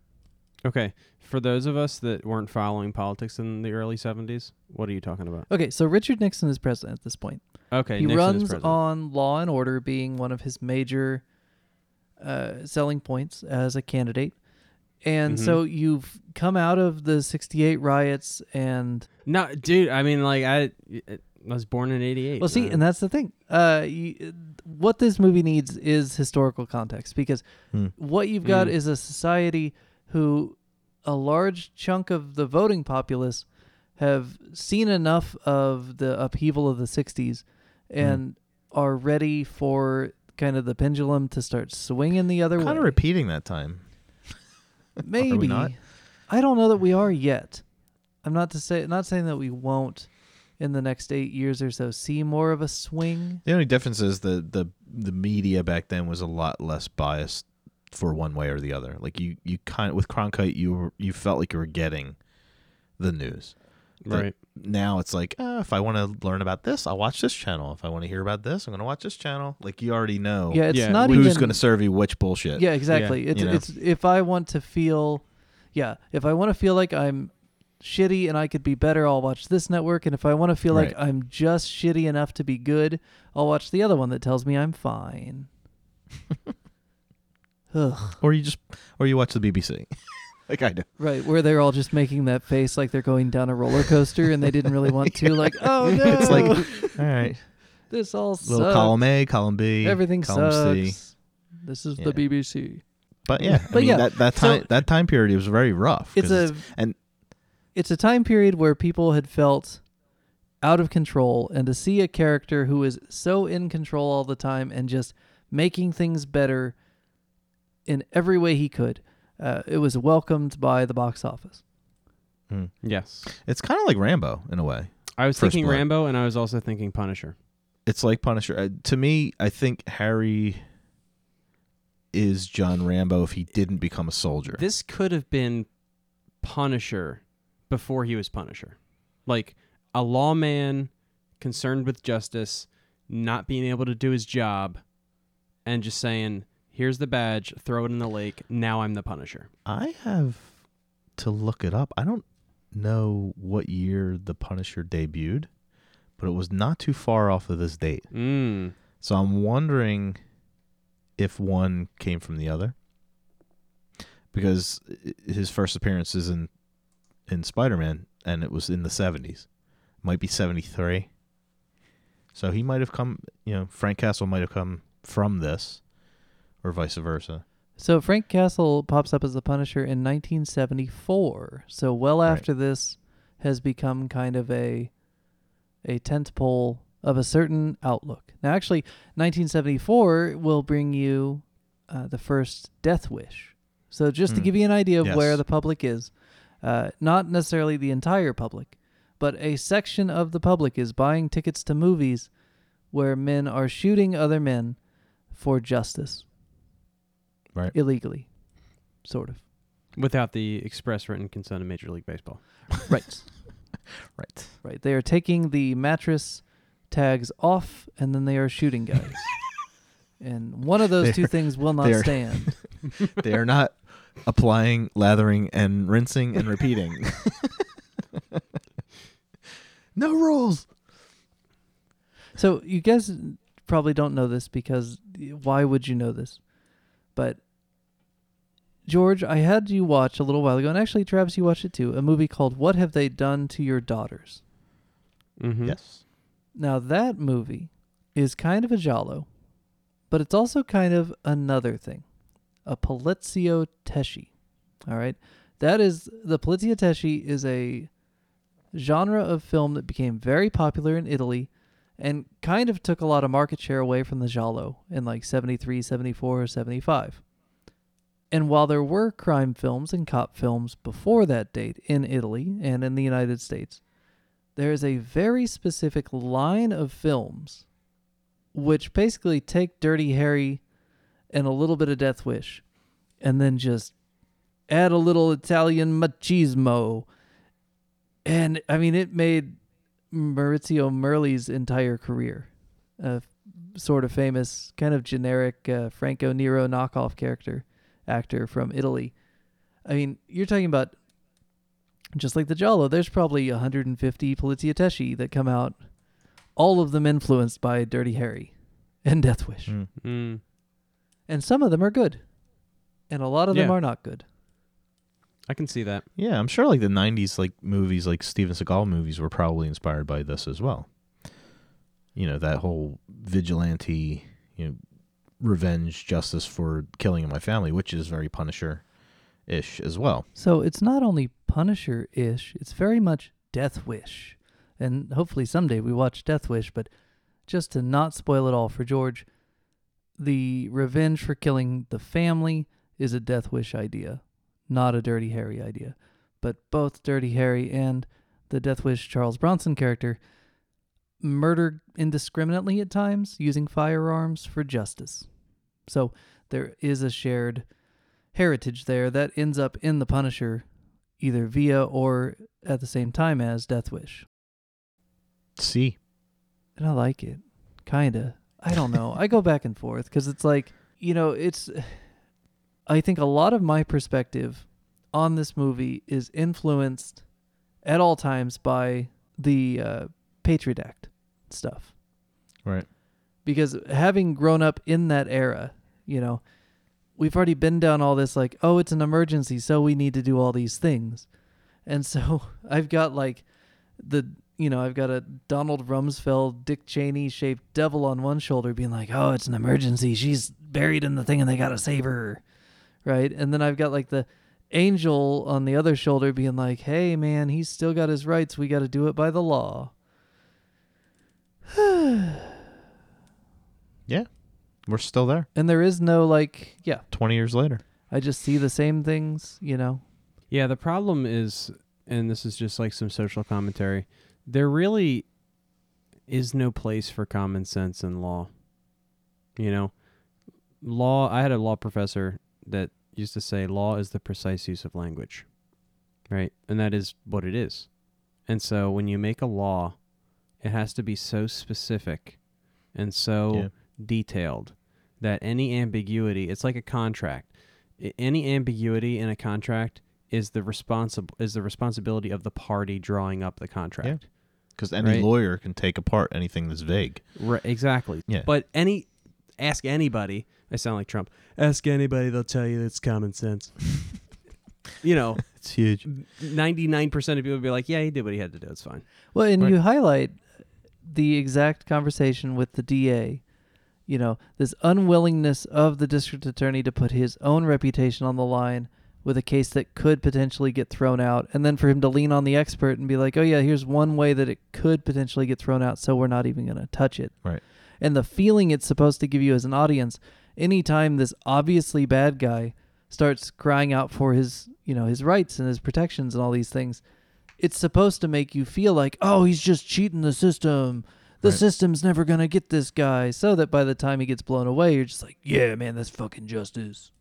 [SPEAKER 4] Okay, for those of us that weren't following politics in the early '70s, what are you talking about?
[SPEAKER 2] Okay, so Richard Nixon is president at this point.
[SPEAKER 4] Okay,
[SPEAKER 2] he
[SPEAKER 4] Nixon is
[SPEAKER 2] runs
[SPEAKER 4] president.
[SPEAKER 2] on law and order being one of his major uh, selling points as a candidate. And
[SPEAKER 4] Mhm.
[SPEAKER 2] so you've come out of the 68 riots and
[SPEAKER 4] No, dude. I mean, like I, I was born in '88.
[SPEAKER 2] Well, see, and that's the thing. Uh, you, what this movie needs is historical context because
[SPEAKER 3] Hmm.
[SPEAKER 2] what you've got
[SPEAKER 4] Mm.
[SPEAKER 2] is a society who a large chunk of the voting populace have seen enough of the upheaval of the 60s
[SPEAKER 3] Hmm.
[SPEAKER 2] and are ready for kind of the pendulum to start swinging the other
[SPEAKER 3] Kind of
[SPEAKER 2] way.
[SPEAKER 3] repeating that time.
[SPEAKER 2] Maybe.
[SPEAKER 3] not?
[SPEAKER 2] I don't know that we are yet. I'm not to say not saying that we won't in the next 8 years or so see more of a swing
[SPEAKER 3] The only difference is the the the media back then was a lot less biased for one way or the other. Like you you kind of, with Cronkite you were, you felt like you were getting the news.
[SPEAKER 4] right.
[SPEAKER 3] Now it's like ah, if I want to learn about this, I'll watch this channel. If I want to hear about this, I'm going to watch this channel. Like you already know
[SPEAKER 2] Yeah, it's
[SPEAKER 4] Yeah,
[SPEAKER 2] not
[SPEAKER 3] who's
[SPEAKER 2] even.
[SPEAKER 3] going to serve you which bullshit.
[SPEAKER 2] yeah, exactly. it's
[SPEAKER 3] you know.
[SPEAKER 2] it's if I want to feel, yeah, if I want to feel like I'm shitty and I could be better, I'll watch this network. And if I want to feel like
[SPEAKER 3] Right.
[SPEAKER 2] I'm just shitty enough to be good, I'll watch the other one that tells me I'm fine. Ugh.
[SPEAKER 3] Or you just or you watch the BBC. like I do.
[SPEAKER 2] Right, where they're all just making that face like they're going down a roller coaster and they didn't really want to. Like, oh no,
[SPEAKER 3] It's like all right.
[SPEAKER 2] this all
[SPEAKER 3] Little
[SPEAKER 2] sucks.
[SPEAKER 3] column A, column B,
[SPEAKER 2] Everything
[SPEAKER 3] column
[SPEAKER 2] sucks.
[SPEAKER 3] C.
[SPEAKER 2] This is
[SPEAKER 3] Yeah.
[SPEAKER 2] the BBC.
[SPEAKER 3] But yeah, I
[SPEAKER 2] But
[SPEAKER 3] mean,
[SPEAKER 2] yeah,
[SPEAKER 3] that, that
[SPEAKER 2] so-
[SPEAKER 3] time that time period was very rough.
[SPEAKER 2] It's
[SPEAKER 3] 'cause
[SPEAKER 2] a
[SPEAKER 3] and
[SPEAKER 2] it's a time period where people had felt out of control and to see a character who is so in control all the time and just making things better in every way he could uh, it was welcomed by the box office
[SPEAKER 4] Yes.
[SPEAKER 3] it's kind of like Rambo in a way.
[SPEAKER 4] I was
[SPEAKER 3] First
[SPEAKER 4] thinking
[SPEAKER 3] Blood.
[SPEAKER 4] Rambo and I was also thinking Punisher.
[SPEAKER 3] it's like Punisher. Uh, to me, I think Harry is John Rambo if he didn't become a soldier.
[SPEAKER 4] This could have been Punisher before he was Punisher. Like a lawman concerned with justice, not being able to do his job, and just saying, here's the badge, throw it in the lake, now I'm the Punisher.
[SPEAKER 3] I have to look it up. I don't know what year the Punisher debuted, but it was not too far off of this date. Hmm.
[SPEAKER 4] Mm.
[SPEAKER 3] So I'm wondering if one came from the other. Because i- his first appearance is in in Spider-Man and it was in the 70s. Might be 73. So he might have come, you know, Frank Castle might have come from this or vice versa.
[SPEAKER 2] so frank castle pops up as the punisher in 1974 so well
[SPEAKER 3] Right.
[SPEAKER 2] after this has become kind of a a tent pole of a certain outlook now actually 1974 will bring you uh, the first Death Wish. So just to
[SPEAKER 3] Mm.
[SPEAKER 2] give you an idea of where
[SPEAKER 3] Yes.
[SPEAKER 2] the public is, uh, not necessarily the entire public, but a section of the public is buying tickets to movies where men are shooting other men for justice,
[SPEAKER 3] Right.
[SPEAKER 2] Illegally, sort of.
[SPEAKER 4] Without the express written consent of Major League Baseball.
[SPEAKER 2] Right.
[SPEAKER 3] Right.
[SPEAKER 2] right. They are taking the mattress tags off, and then they are shooting guys. and one of those two
[SPEAKER 3] They're-
[SPEAKER 2] things will not
[SPEAKER 3] they're-
[SPEAKER 2] stand.
[SPEAKER 3] they are not applying, lathering and rinsing and repeating. no rules.
[SPEAKER 2] So you guys probably don't know this because why would you know this? But George, I had you watch a little while ago, and actually Travis, you watched it too, a movie called "What Have They Done to Your Daughters."
[SPEAKER 4] Mm-hmm.
[SPEAKER 3] Yes.
[SPEAKER 2] Now that movie is kind of a Jalo, but it's also kind of another thing, a Polizio Teshi. All right, that is the Polizio Teshi is a genre of film that became very popular in Italy and kind of took a lot of market share away from the Giallo in like 73, 74, or 75. And while there were crime films and cop films before that date in Italy and in the United States, there is a very specific line of films which basically take Dirty Harry and a little bit of Death Wish and then just add a little Italian machismo. And I mean, it made Maurizio Merli's entire career, a sort of famous, kind of generic uh, Franco Nero knockoff character actor from Italy. I mean, you're talking about just like the Giallo. There's probably 150 Polizia Teschi that come out, all of them influenced by Dirty Harry and Death Wish,
[SPEAKER 3] Mm.
[SPEAKER 4] Mm.
[SPEAKER 2] and some of them are good, and a lot of them
[SPEAKER 4] Yeah.
[SPEAKER 2] are not good.
[SPEAKER 4] I can see that.
[SPEAKER 3] Yeah, I'm sure like the '90s like movies, like Steven Seagal movies, were probably inspired by this as well. You know that whole vigilante, you know, revenge, justice for killing in my family, which is very Punisher ish as well.
[SPEAKER 2] So it's not only Punisher ish, it's very much Death Wish. And hopefully someday we watch Death Wish, but just to not spoil it all for George, the revenge for killing the family is a Death Wish idea, not a Dirty Harry idea. But both Dirty Harry and the Death Wish Charles Bronson character murder indiscriminately at times using firearms for justice. So there is a shared heritage there that ends up in the Punisher, either via or at the same time as Death Wish.
[SPEAKER 3] See,
[SPEAKER 2] And I like it. Kinda. I don't know. I go back and forth because it's like, you know, it's. I think a lot of my perspective on this movie is influenced at all times by the uh, Patriot Act stuff.
[SPEAKER 3] Right.
[SPEAKER 2] Because having grown up in that era, you know, we've already been down all this like, oh, it's an emergency, so we need to do all these things. And so I've got like the you know, I've got a Donald Rumsfeld, Dick Cheney shaped devil on one shoulder being like, Oh, it's an emergency. She's buried in the thing and they gotta save her. Right? And then I've got like the angel on the other shoulder being like, Hey man, he's still got his rights. We gotta do it by the law.
[SPEAKER 3] Yeah. We're still there.
[SPEAKER 2] And there is no like yeah,
[SPEAKER 3] 20 years later.
[SPEAKER 2] I just see the same things, you know.
[SPEAKER 4] Yeah, the problem is, and this is just like some social commentary, there really is no place for common sense in law. You know, law, I had a law professor that used to say law is the precise use of language, right? And that is what it is. And so when you make a law, it has to be so specific and so
[SPEAKER 3] Yeah.
[SPEAKER 4] detailed that any ambiguity, it's like a contract. I- Any ambiguity in a contract is the responsible is the responsibility of the party drawing up the contract.
[SPEAKER 3] Because any
[SPEAKER 4] Right.
[SPEAKER 3] lawyer can take apart anything that's vague.
[SPEAKER 4] Right, exactly.
[SPEAKER 3] Yeah.
[SPEAKER 4] But any ask anybody, I sound like Trump. Ask anybody, they'll tell you it's common sense. you know,
[SPEAKER 3] It's huge.
[SPEAKER 4] 99% of people would be like, "Yeah, he did what he had to do. It's fine."
[SPEAKER 2] Well, and
[SPEAKER 3] Right.
[SPEAKER 2] you highlight the exact conversation with the DA. You know, this unwillingness of the district attorney to put his own reputation on the line with a case that could potentially get thrown out, and then for him to lean on the expert and be like, oh, yeah, here's one way that it could potentially get thrown out, so we're not even going to touch it.
[SPEAKER 3] Right.
[SPEAKER 2] And the feeling it's supposed to give you as an audience anytime this obviously bad guy starts crying out for his, you know, his rights and his protections and all these things, it's supposed to make you feel like, oh, he's just cheating the system. The
[SPEAKER 3] Right.
[SPEAKER 2] system's never gonna get this guy. So that by the time he gets blown away, you're just like, yeah, man, that's fucking justice.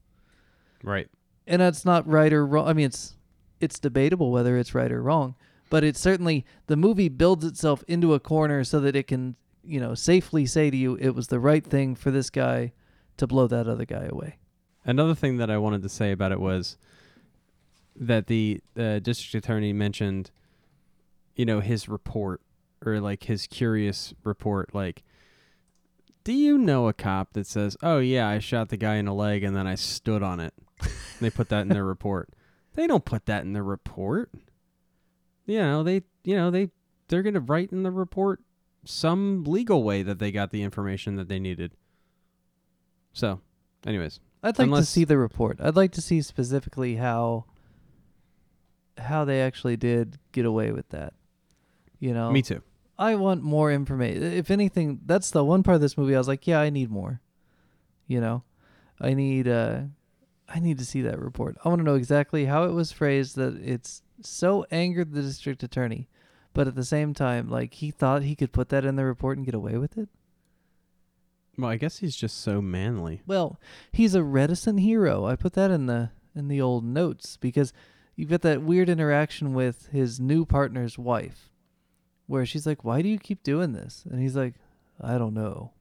[SPEAKER 4] Right.
[SPEAKER 2] And that's not right or wrong. I mean, it's it's debatable whether it's right or wrong, but it's certainly the movie builds itself into a corner so that it can, you know, safely say to you it was the right thing for this guy to blow that other guy away.
[SPEAKER 4] Another thing that I wanted to say about it was that the uh, district attorney mentioned, you know, his report or like his curious report. Like, do you know a cop that says, "Oh yeah, I shot the guy in the leg and then I stood on it"? And they put that in their report. They don't put that in their report. You know, they you know they they're gonna write in the report some legal way that they got the information that they needed. So, anyways.
[SPEAKER 2] I'd like to
[SPEAKER 4] Unless-
[SPEAKER 2] see the report. I'd like to see specifically how how they actually did get away with that. You know,
[SPEAKER 4] Me too.
[SPEAKER 2] I want more information. If anything, that's the one part of this movie I was like, yeah, I need more. You know, I need uh, I need to see that report. I want to know exactly how it was phrased that it's so angered the district attorney, but at the same time, like he thought he could put that in the report and get away with it.
[SPEAKER 4] Well, I guess he's just so manly.
[SPEAKER 2] Well, he's a reticent hero. I put that in the in the old notes because you've got that weird interaction with his new partner's wife where she's like, "Why do you keep doing this?" And he's like, "I don't know."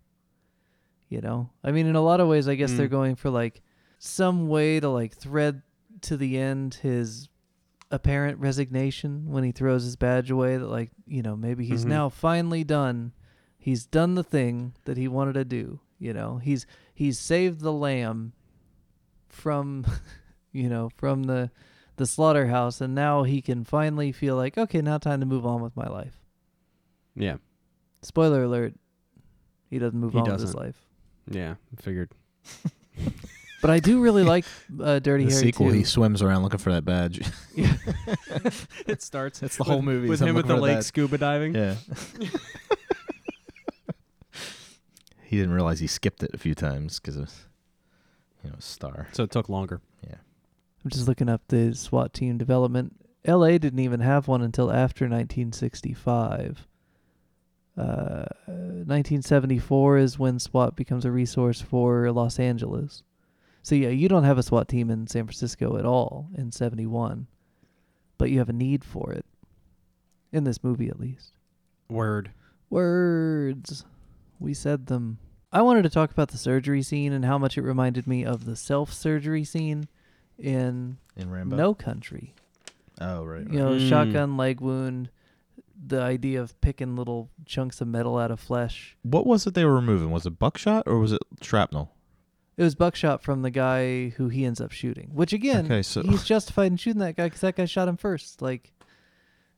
[SPEAKER 2] You know? I mean, in a lot of ways I guess they're
[SPEAKER 4] Mm.
[SPEAKER 2] going for like some way to like thread to the end his apparent resignation when he throws his badge away that like, you know, maybe he's
[SPEAKER 3] Mm-hmm.
[SPEAKER 4] Mhm.
[SPEAKER 2] now finally done. He's done the thing that he wanted to do, you know. He's he's saved the lamb from you know from the the slaughterhouse and now he can finally feel like okay now time to move on with my life
[SPEAKER 4] Yeah.
[SPEAKER 2] spoiler alert he doesn't move
[SPEAKER 4] He
[SPEAKER 2] on with his
[SPEAKER 4] doesn't.
[SPEAKER 2] life
[SPEAKER 4] Yeah. I figured.
[SPEAKER 2] but i do really like uh, dirty
[SPEAKER 3] The
[SPEAKER 2] harry
[SPEAKER 3] sequel,
[SPEAKER 2] 2.
[SPEAKER 3] he swims around looking for that badge.
[SPEAKER 4] It starts.
[SPEAKER 3] That's the whole movie,
[SPEAKER 4] With
[SPEAKER 3] so I'm
[SPEAKER 4] him with
[SPEAKER 3] looking
[SPEAKER 4] the
[SPEAKER 3] for
[SPEAKER 4] lake
[SPEAKER 3] that.
[SPEAKER 4] scuba diving.
[SPEAKER 3] yeah. he didn't realize he skipped it a few times because of, you know, star.
[SPEAKER 4] So it took longer.
[SPEAKER 2] i'm just looking up the swat team development la didn't even have one until after 1965 uh, 1974 is when SWAT becomes a resource for Los Angeles. So yeah, you don't have a SWAT team in San Francisco at all in 71, but you have a need for it in this movie at least.
[SPEAKER 4] Word.
[SPEAKER 2] Words. We said them. I wanted to talk about the surgery scene and how much it reminded me of the self-surgery scene in
[SPEAKER 3] In Rambo.
[SPEAKER 2] No Country.
[SPEAKER 3] Oh, right. right.
[SPEAKER 2] you know,
[SPEAKER 4] Mm.
[SPEAKER 2] shotgun leg wound, the idea of picking little chunks of metal out of flesh.
[SPEAKER 3] What was it they were removing? Was it buckshot or was it shrapnel?
[SPEAKER 2] It was buckshot from the guy who he ends up shooting, which again,
[SPEAKER 3] Okay, so-
[SPEAKER 2] he's justified in shooting that guy because that guy shot him first. Like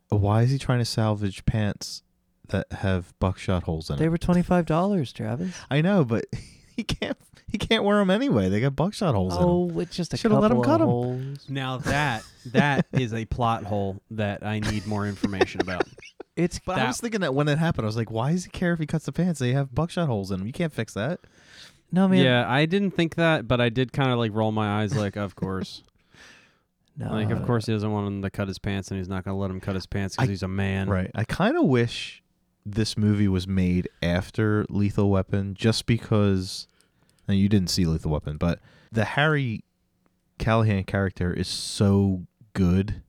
[SPEAKER 3] Why is he trying to salvage pants that have buckshot holes in
[SPEAKER 2] they
[SPEAKER 3] it?
[SPEAKER 2] were twenty five dollars, Travis.
[SPEAKER 3] I know, but he can't. He can't wear them anyway. They got buckshot holes in 'em.
[SPEAKER 2] Oh, it's just a
[SPEAKER 3] Shoulda let 'em
[SPEAKER 2] couple
[SPEAKER 3] cut
[SPEAKER 2] of
[SPEAKER 3] 'em.
[SPEAKER 2] holes.
[SPEAKER 4] Now that that is a plot hole that I need more information about.
[SPEAKER 2] It's
[SPEAKER 3] But
[SPEAKER 4] That-
[SPEAKER 3] I was thinking that when it happened, I was like, why does he care if he cuts the pants? They have buckshot holes in them. You can't fix that.
[SPEAKER 2] no man.
[SPEAKER 4] yeah, I didn't think that, but I did kind of like roll my eyes, like, of course,
[SPEAKER 2] No,
[SPEAKER 4] like, of course, he doesn't want him to cut his pants, and he's not gonna let him cut his pants because
[SPEAKER 3] I-
[SPEAKER 4] he's a man.
[SPEAKER 3] Right. I kind of wish this movie was made after Lethal Weapon just because. And you didn't see Lethal Weapon, but the Harry Callahan character is so good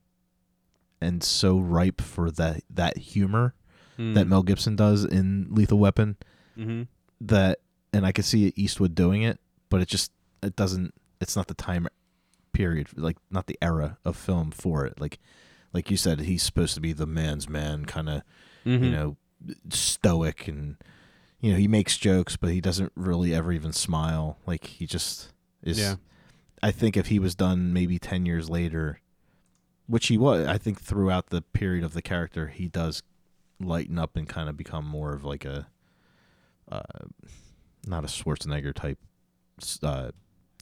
[SPEAKER 3] and so ripe for that, that humor
[SPEAKER 4] Mm.
[SPEAKER 3] that Mel Gibson does in Lethal Weapon
[SPEAKER 4] hmm
[SPEAKER 3] that and I could see Eastwood doing it, but it just it doesn't it's not the time period like not the era of film for it. Like like you said he's supposed to be the man's man kind of,
[SPEAKER 4] Mm-hmm.
[SPEAKER 3] you know, stoic and you know, he makes jokes but he doesn't really ever even smile. Like he just is
[SPEAKER 4] Yeah.
[SPEAKER 3] I think if he was done maybe 10 years later which he was, I think throughout the period of the character he does lighten up and kind of become more of like a uh, not a Schwarzenegger type s- uh,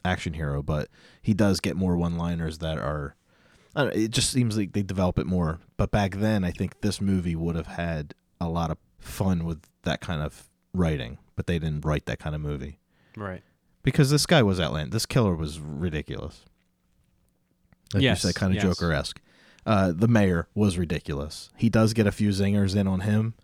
[SPEAKER 3] action hero, but he does get more one-liners that are. I don't, it just seems like they develop it more. But back then, I think this movie would have had a lot of fun with that kind of writing, but they didn't write that kind of movie
[SPEAKER 4] Right.
[SPEAKER 3] because this guy was outland. This killer was ridiculous. Like
[SPEAKER 4] Yes,
[SPEAKER 3] you said, kind of
[SPEAKER 4] yes.
[SPEAKER 3] Joker esque. Uh, the mayor was ridiculous. He does get a few zingers in on him.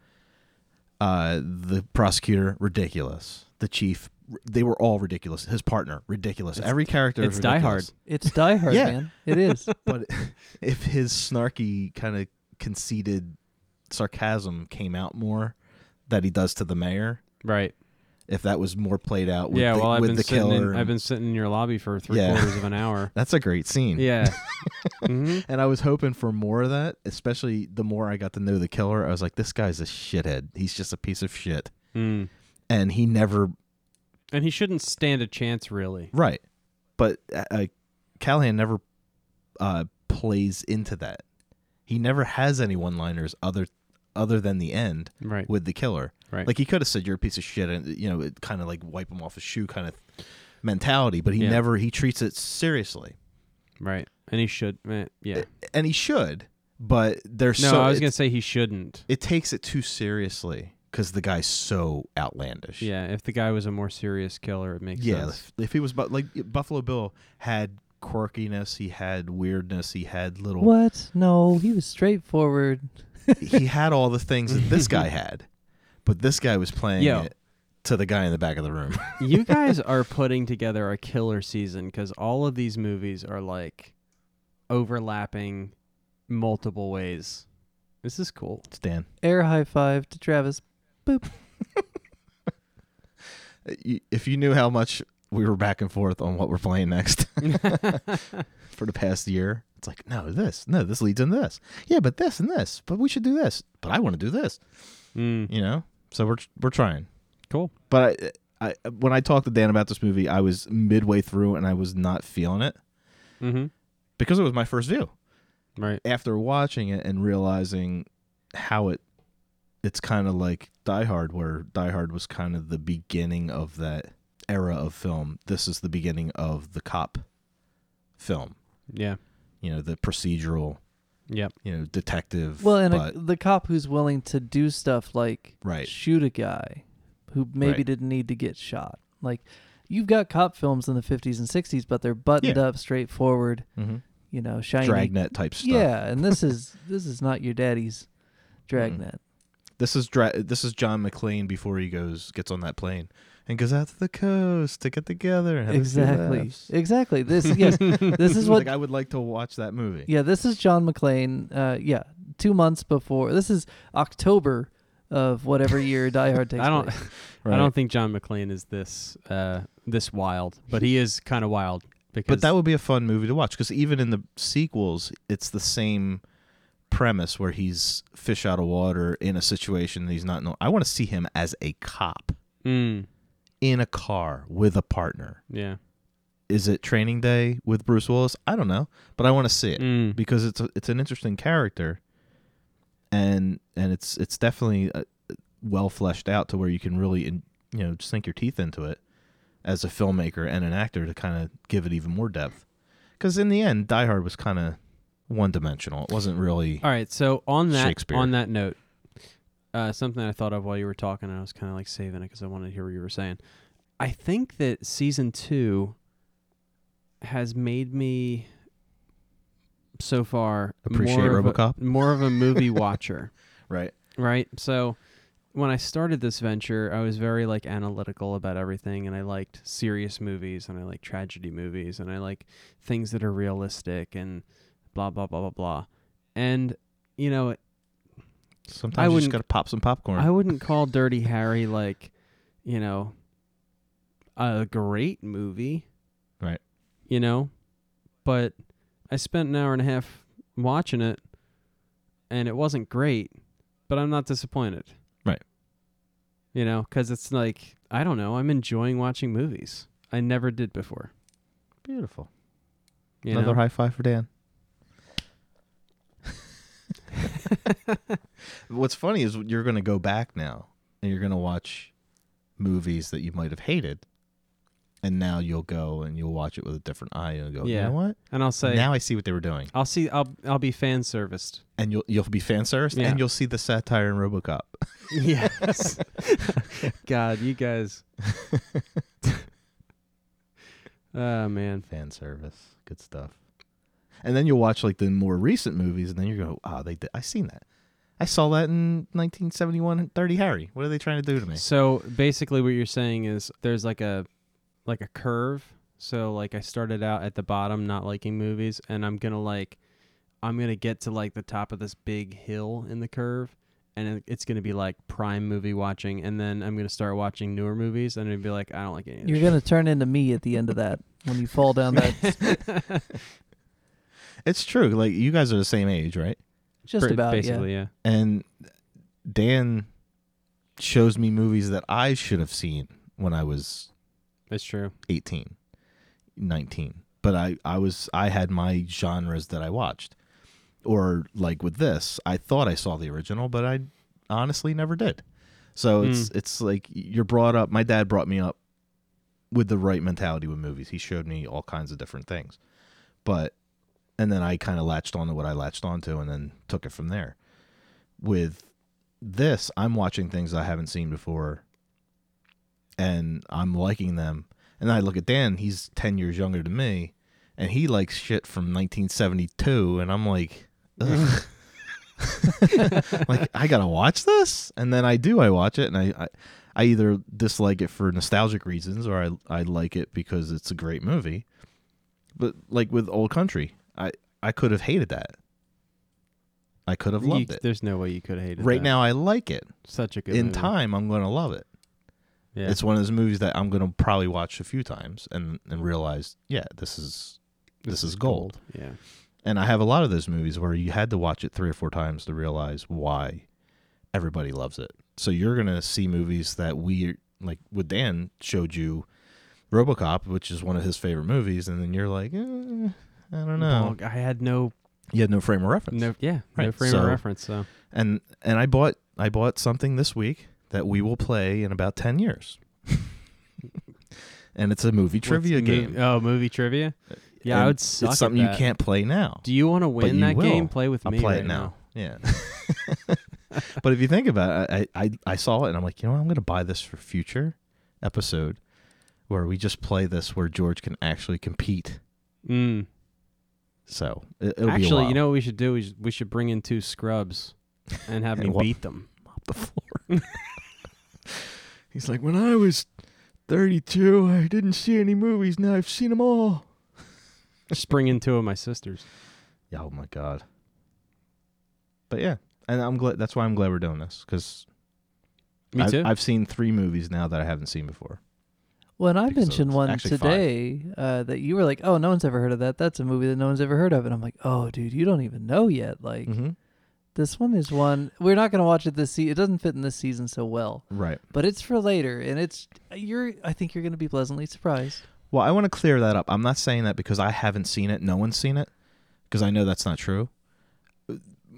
[SPEAKER 3] Uh, the prosecutor ridiculous. The chief, r- they were all ridiculous. His partner ridiculous. Every character. is
[SPEAKER 4] it's Die
[SPEAKER 3] ridiculous.
[SPEAKER 2] it's Die Hard,
[SPEAKER 3] Yeah.
[SPEAKER 2] man. It is.
[SPEAKER 3] But if his snarky kind of conceited sarcasm came out more, that he does to the mayor,
[SPEAKER 4] Right.
[SPEAKER 3] if that was more played out with
[SPEAKER 4] yeah.
[SPEAKER 3] the,
[SPEAKER 4] well, I've
[SPEAKER 3] with
[SPEAKER 4] been
[SPEAKER 3] the
[SPEAKER 4] sitting.
[SPEAKER 3] killer,
[SPEAKER 4] In,
[SPEAKER 3] and-
[SPEAKER 4] I've been sitting in your lobby for three
[SPEAKER 3] Yeah.
[SPEAKER 4] quarters of an hour.
[SPEAKER 3] That's a great scene.
[SPEAKER 4] Yeah. hmm
[SPEAKER 3] And I was hoping for more of that, especially the more I got to know the killer. I was like, this guy's a shithead. He's just a piece of shit.
[SPEAKER 4] Mm.
[SPEAKER 3] And he never,
[SPEAKER 4] And he shouldn't stand a chance, really.
[SPEAKER 3] right. But uh, uh, Callahan never uh, plays into that. He never has any one liners other other than the end
[SPEAKER 4] Right.
[SPEAKER 3] with the killer.
[SPEAKER 4] Right.
[SPEAKER 3] Like he could have said, you're a piece of shit. And, you know, it kind of like wipe him off his shoe kind of mentality. But he
[SPEAKER 4] Yeah.
[SPEAKER 3] never, he treats it seriously.
[SPEAKER 4] Right. And he should. eh, yeah.
[SPEAKER 3] And he should. But there's
[SPEAKER 4] No,
[SPEAKER 3] so.
[SPEAKER 4] I was
[SPEAKER 3] it's-
[SPEAKER 4] gonna say he shouldn't.
[SPEAKER 3] it takes it too seriously because the guy's so outlandish.
[SPEAKER 4] Yeah, if the guy was a more serious killer, it makes
[SPEAKER 3] yeah.
[SPEAKER 4] sense.
[SPEAKER 3] If, if he was bu- like Buffalo Bill had quirkiness, he had weirdness, he had little,
[SPEAKER 2] what? No, he was straightforward.
[SPEAKER 3] he had all the things that this guy had, but this guy was playing
[SPEAKER 4] Yo.
[SPEAKER 3] it to the guy in the back of the room.
[SPEAKER 4] you guys are putting together a killer season because all of these movies are like overlapping multiple ways. This is cool.
[SPEAKER 3] Stan,
[SPEAKER 2] Air high five to Travis.
[SPEAKER 3] you- if you knew how much we were back and forth on what we're playing next
[SPEAKER 4] Mm.
[SPEAKER 3] for the past year, it's like no, this, no, this leads in this, yeah, but this and this, but we should do this, but I want to do this,
[SPEAKER 4] Mm,
[SPEAKER 3] you know. So we're we're trying.
[SPEAKER 4] cool.
[SPEAKER 3] but I, I when I talked to Dan about this movie, I was midway through and I was not feeling it
[SPEAKER 4] Mm-hmm.
[SPEAKER 3] because it was my first view.
[SPEAKER 4] Right.
[SPEAKER 3] After watching it and realizing how it it's kind of like Die Hard where Die Hard was kind of the beginning of that era of film. This is the beginning of the cop film.
[SPEAKER 4] Yeah.
[SPEAKER 3] You know, the procedural,
[SPEAKER 4] Yep.
[SPEAKER 3] you know, detective.
[SPEAKER 2] Well, and
[SPEAKER 3] but,
[SPEAKER 2] a, the cop who's willing to do stuff like
[SPEAKER 3] Right.
[SPEAKER 2] shoot a guy who maybe
[SPEAKER 3] Right.
[SPEAKER 2] didn't need to get shot. Like you've got cop films in the 50s and 60s, but they're buttoned
[SPEAKER 3] Yeah.
[SPEAKER 2] up, straightforward,
[SPEAKER 3] Mhm.
[SPEAKER 2] you know, shiny.
[SPEAKER 3] dragnet type stuff. Mm-hmm.
[SPEAKER 2] Yeah, and this is this is not your daddy's dragnet.
[SPEAKER 3] This is dra- this is John McClane before he goes gets on that plane and goes out to the coast to get together. And have a few
[SPEAKER 2] Exactly.
[SPEAKER 3] laughs.
[SPEAKER 2] Exactly. This yes, this is what
[SPEAKER 3] like I would like to watch that movie.
[SPEAKER 2] Yeah, this is John McClane. Uh, yeah, two months before. This is October of whatever year Die Hard takes
[SPEAKER 4] I don't.
[SPEAKER 2] place.
[SPEAKER 3] Right.
[SPEAKER 4] I don't think John McClane is this uh, this wild, but he is kind of wild Because
[SPEAKER 3] But that would be a fun movie to watch because even in the sequels, it's the same premise where he's fish out of water in a situation he's not. Know- I want to see him as a cop
[SPEAKER 4] Mm,
[SPEAKER 3] in a car with a partner.
[SPEAKER 4] yeah.
[SPEAKER 3] Is it Training Day with Bruce Willis? I don't know, but I want to see it
[SPEAKER 4] Mm.
[SPEAKER 3] because it's a, it's an interesting character, and and it's it's definitely uh, well fleshed out to where you can really in, you know sink your teeth into it as a filmmaker and an actor to kind of give it even more depth. Because in the end, Die Hard was kind of one dimensional. It wasn't really
[SPEAKER 4] All right. So on that
[SPEAKER 3] Shakespeare.
[SPEAKER 4] on that note, uh, something I thought of while you were talking, and I was kind of like saving it because I wanted to hear what you were saying. I think that season two has made me so far
[SPEAKER 3] Appreciate
[SPEAKER 4] more of a-
[SPEAKER 3] RoboCop?
[SPEAKER 4] more of a movie watcher.
[SPEAKER 3] right.
[SPEAKER 4] right? So when I started this venture, I was very like analytical about everything and I liked serious movies and I like tragedy movies and I like things that are realistic and blah blah blah blah blah. And you know, I
[SPEAKER 3] Sometimes you just
[SPEAKER 4] wouldn't-
[SPEAKER 3] got to pop some popcorn.
[SPEAKER 4] I wouldn't call Dirty Harry like, you know, a great movie.
[SPEAKER 3] Right.
[SPEAKER 4] You know, but I spent an hour and a half watching it and it wasn't great, but I'm not disappointed.
[SPEAKER 3] Right.
[SPEAKER 4] You know, cuz it's like, I don't know, I'm enjoying watching movies. I never did before.
[SPEAKER 3] Beautiful.
[SPEAKER 4] You
[SPEAKER 3] Another
[SPEAKER 4] know?
[SPEAKER 3] high five for Dan. What's funny is you're going to go back now and you're going to watch movies that you might have hated. And now you'll go and you'll watch it with a different eye and you'll go,
[SPEAKER 4] Yeah.
[SPEAKER 3] you know what?
[SPEAKER 4] and I'll say
[SPEAKER 3] now I see what they were doing.
[SPEAKER 4] I'll see I'll I'll be fan serviced.
[SPEAKER 3] And you'll you'll be fan serviced
[SPEAKER 4] Yeah.
[SPEAKER 3] and you'll see the satire in RoboCop.
[SPEAKER 4] Yes. God, you guys. oh man.
[SPEAKER 3] fan service. Good stuff. And then you'll watch like the more recent movies and then you're going, "Ah, they did. I seen that. I saw that in 1971 Dirty Harry. What are they trying to do to me?"
[SPEAKER 4] So basically what you're saying is there's like a like a curve. So like I started out at the bottom not liking movies and I'm going to like I'm going to get to like the top of this big hill in the curve and it- it's going to be like prime movie watching and then I'm going to start watching newer movies and it'd be like I don't like any of
[SPEAKER 2] You're gonna turn into me at the end of that when you fall down that
[SPEAKER 4] gonna
[SPEAKER 3] It's true. Like you guys are the same age, right?
[SPEAKER 2] just about
[SPEAKER 4] basically, yeah.
[SPEAKER 3] And Dan shows me movies that I should have seen when I was
[SPEAKER 4] That's true.
[SPEAKER 3] 18, 19. But I I was I had my genres that I watched. Or like with this, I thought I saw the original, but I honestly never did. So it's it's like you're brought up. My dad brought me up with the right mentality with movies. He showed me all kinds of different things. But and then I kind of latched onto what I latched onto and then took it from there. With this, I'm watching things I haven't seen before and I'm liking them. And I look at Dan, he's 10 years younger than me, and he likes shit from 1972 and I'm like ugh.
[SPEAKER 4] Mm.
[SPEAKER 3] like I got to watch this? And then I do I watch it and I, I I either dislike it for nostalgic reasons or I I like it because it's a great movie but like with old country i i could have hated that i could have
[SPEAKER 4] You-
[SPEAKER 3] loved it
[SPEAKER 4] There's no way you could hate it.
[SPEAKER 3] right now i like it
[SPEAKER 4] such a good
[SPEAKER 3] in
[SPEAKER 4] movie.
[SPEAKER 3] time i'm gonna love it
[SPEAKER 4] Yeah.
[SPEAKER 3] it's one of those movies that i'm gonna probably watch a few times and and realize yeah this is this, is gold.
[SPEAKER 4] Yeah.
[SPEAKER 3] and i have a lot of those movies where you had to watch it three or four times to realize why everybody loves it so you're gonna see movies that we like with dan showed you robocop which is one of his favorite movies and then you're like eh, i don't know
[SPEAKER 4] Dog, I had no
[SPEAKER 3] you had no frame of reference.
[SPEAKER 4] no yeah, no
[SPEAKER 3] Right,
[SPEAKER 4] frame of
[SPEAKER 3] so-
[SPEAKER 4] reference, so
[SPEAKER 3] And and I bought I bought something this week that we will play in about ten years. and it's a movie trivia
[SPEAKER 4] What's
[SPEAKER 3] game.
[SPEAKER 4] mov- oh, movie trivia? Yeah, I
[SPEAKER 3] And
[SPEAKER 4] would suck
[SPEAKER 3] It's
[SPEAKER 4] at
[SPEAKER 3] something you
[SPEAKER 4] that.
[SPEAKER 3] can't play now.
[SPEAKER 4] Do you want to
[SPEAKER 3] you
[SPEAKER 4] win that
[SPEAKER 3] will.
[SPEAKER 4] game? Play with
[SPEAKER 3] I'll
[SPEAKER 4] me
[SPEAKER 3] play
[SPEAKER 4] right
[SPEAKER 3] it now. Yeah. but if you think about it, I, I I saw it and I'm like, you know, what? I'm gonna buy this for future episode where we just play this where George can actually compete.
[SPEAKER 4] Mm.
[SPEAKER 3] So it, it'll be a
[SPEAKER 4] Actually,
[SPEAKER 3] while.
[SPEAKER 4] you know what we should do? We should, we should bring in two scrubs and have
[SPEAKER 3] And
[SPEAKER 4] me
[SPEAKER 3] what-
[SPEAKER 4] beat them.
[SPEAKER 3] mop the floor. He's like, when I was 32, I didn't see any movies. Now I've seen them all.
[SPEAKER 4] Just bring in two of my sisters.
[SPEAKER 3] Yeah, oh my god. But yeah, and I'm glad. That's why I'm glad we're doing this because
[SPEAKER 4] Me too.
[SPEAKER 3] I've seen three movies now that I haven't seen before.
[SPEAKER 2] Well, and I
[SPEAKER 3] Because
[SPEAKER 2] mentioned
[SPEAKER 3] it's
[SPEAKER 2] one
[SPEAKER 3] actually five.
[SPEAKER 2] today uh, that you were like, "Oh, no one's ever heard of that. That's a movie that no one's ever heard of." And I'm like, "Oh, dude, you don't even know yet. Like,
[SPEAKER 3] Mm-hmm.
[SPEAKER 2] this one is one we're not gonna watch it this season. It doesn't fit in this season so well,
[SPEAKER 3] Right.
[SPEAKER 2] but it's for later, and it's you're. I think you're gonna be pleasantly surprised.
[SPEAKER 3] Well, I want to clear that up. I'm not saying that because I haven't seen it. No one's seen it because I know that's not true.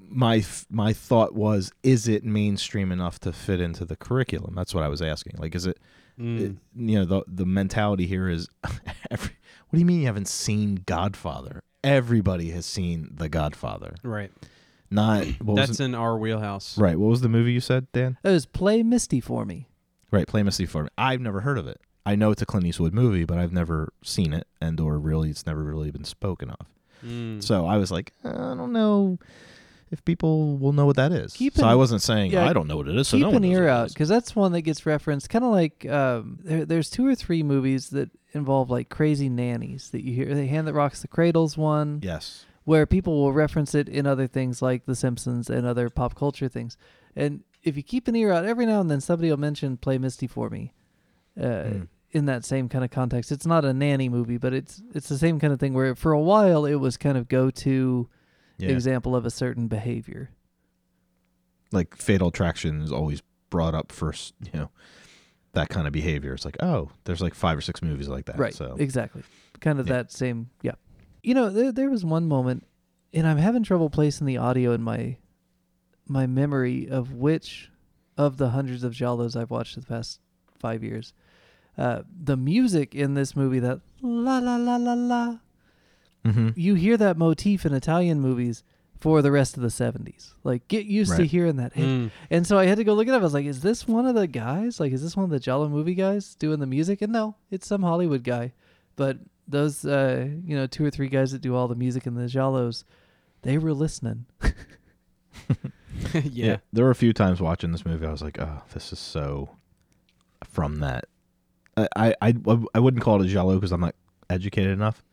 [SPEAKER 3] My f- my thought was, is it mainstream enough to fit into the curriculum? That's what I was asking. Like, is it?
[SPEAKER 4] Mm.
[SPEAKER 3] it-
[SPEAKER 2] Hmm.
[SPEAKER 3] you know, the the mentality here is, every, what do you mean you haven't seen Godfather? Everybody has seen The Godfather.
[SPEAKER 4] right.
[SPEAKER 3] Not what was
[SPEAKER 4] That's
[SPEAKER 3] it-
[SPEAKER 4] in our wheelhouse.
[SPEAKER 3] right. What was the movie you said, Dan?
[SPEAKER 2] It was play Misty for me.
[SPEAKER 3] Right, Play Misty for me. I've never heard of it. I know it's a Clint Eastwood movie, but I've never seen it, and or really, it's never really been spoken of.
[SPEAKER 2] Hmm.
[SPEAKER 4] Mm.
[SPEAKER 3] So I was like, "Uh, I don't know if people will know what that is.
[SPEAKER 2] Keep
[SPEAKER 3] so
[SPEAKER 2] an-
[SPEAKER 3] I wasn't saying
[SPEAKER 2] yeah,
[SPEAKER 3] I don't know what it is. So
[SPEAKER 2] Keep
[SPEAKER 3] no one
[SPEAKER 2] an
[SPEAKER 3] knows what
[SPEAKER 2] ear
[SPEAKER 3] it
[SPEAKER 2] out
[SPEAKER 3] is."
[SPEAKER 2] because that's one that gets referenced. Kind of like um, there, there's two or three movies that involve like crazy nannies that you hear. The hand that rocks the cradles one.
[SPEAKER 3] Yes,
[SPEAKER 2] where people will reference it in other things like The Simpsons and other pop culture things. And if you keep an ear out, every now and then somebody will mention "Play Misty for Me" uh, in that same kind of context. It's not a nanny movie, but it's it's the same kind of thing where for a while it was kind of go to
[SPEAKER 3] yeah.
[SPEAKER 2] example of a certain behavior.
[SPEAKER 3] Like Fatal Attraction is always brought up first. You know, that kind of behavior. It's like, oh, there's like five or six movies like that.
[SPEAKER 2] Right.
[SPEAKER 3] So
[SPEAKER 2] Exactly. Kind of
[SPEAKER 3] Yeah.
[SPEAKER 2] that same. Yeah. You know, there there was one moment, and I'm having trouble placing the audio in my my memory of which of the hundreds of giallos I've watched the past five years. Uh, the music in this movie, that la la la la la,
[SPEAKER 3] mm-hmm.
[SPEAKER 2] you hear that motif in Italian movies for the rest of the 70s. Like, get used to
[SPEAKER 3] Right.
[SPEAKER 2] hearing that.
[SPEAKER 4] Mm.
[SPEAKER 2] And so I had to go look it up. I was like, is this one of the guys? Like, is this one of the Jalo movie guys doing the music? And no, it's some Hollywood guy. But those, uh, you know, two or three guys that do all the music in the Jalos, they were listening.
[SPEAKER 4] yeah.
[SPEAKER 3] There were a few times watching this movie, I was like, oh, this is so from that. I I, I, I wouldn't call it a giallo because I'm not educated enough,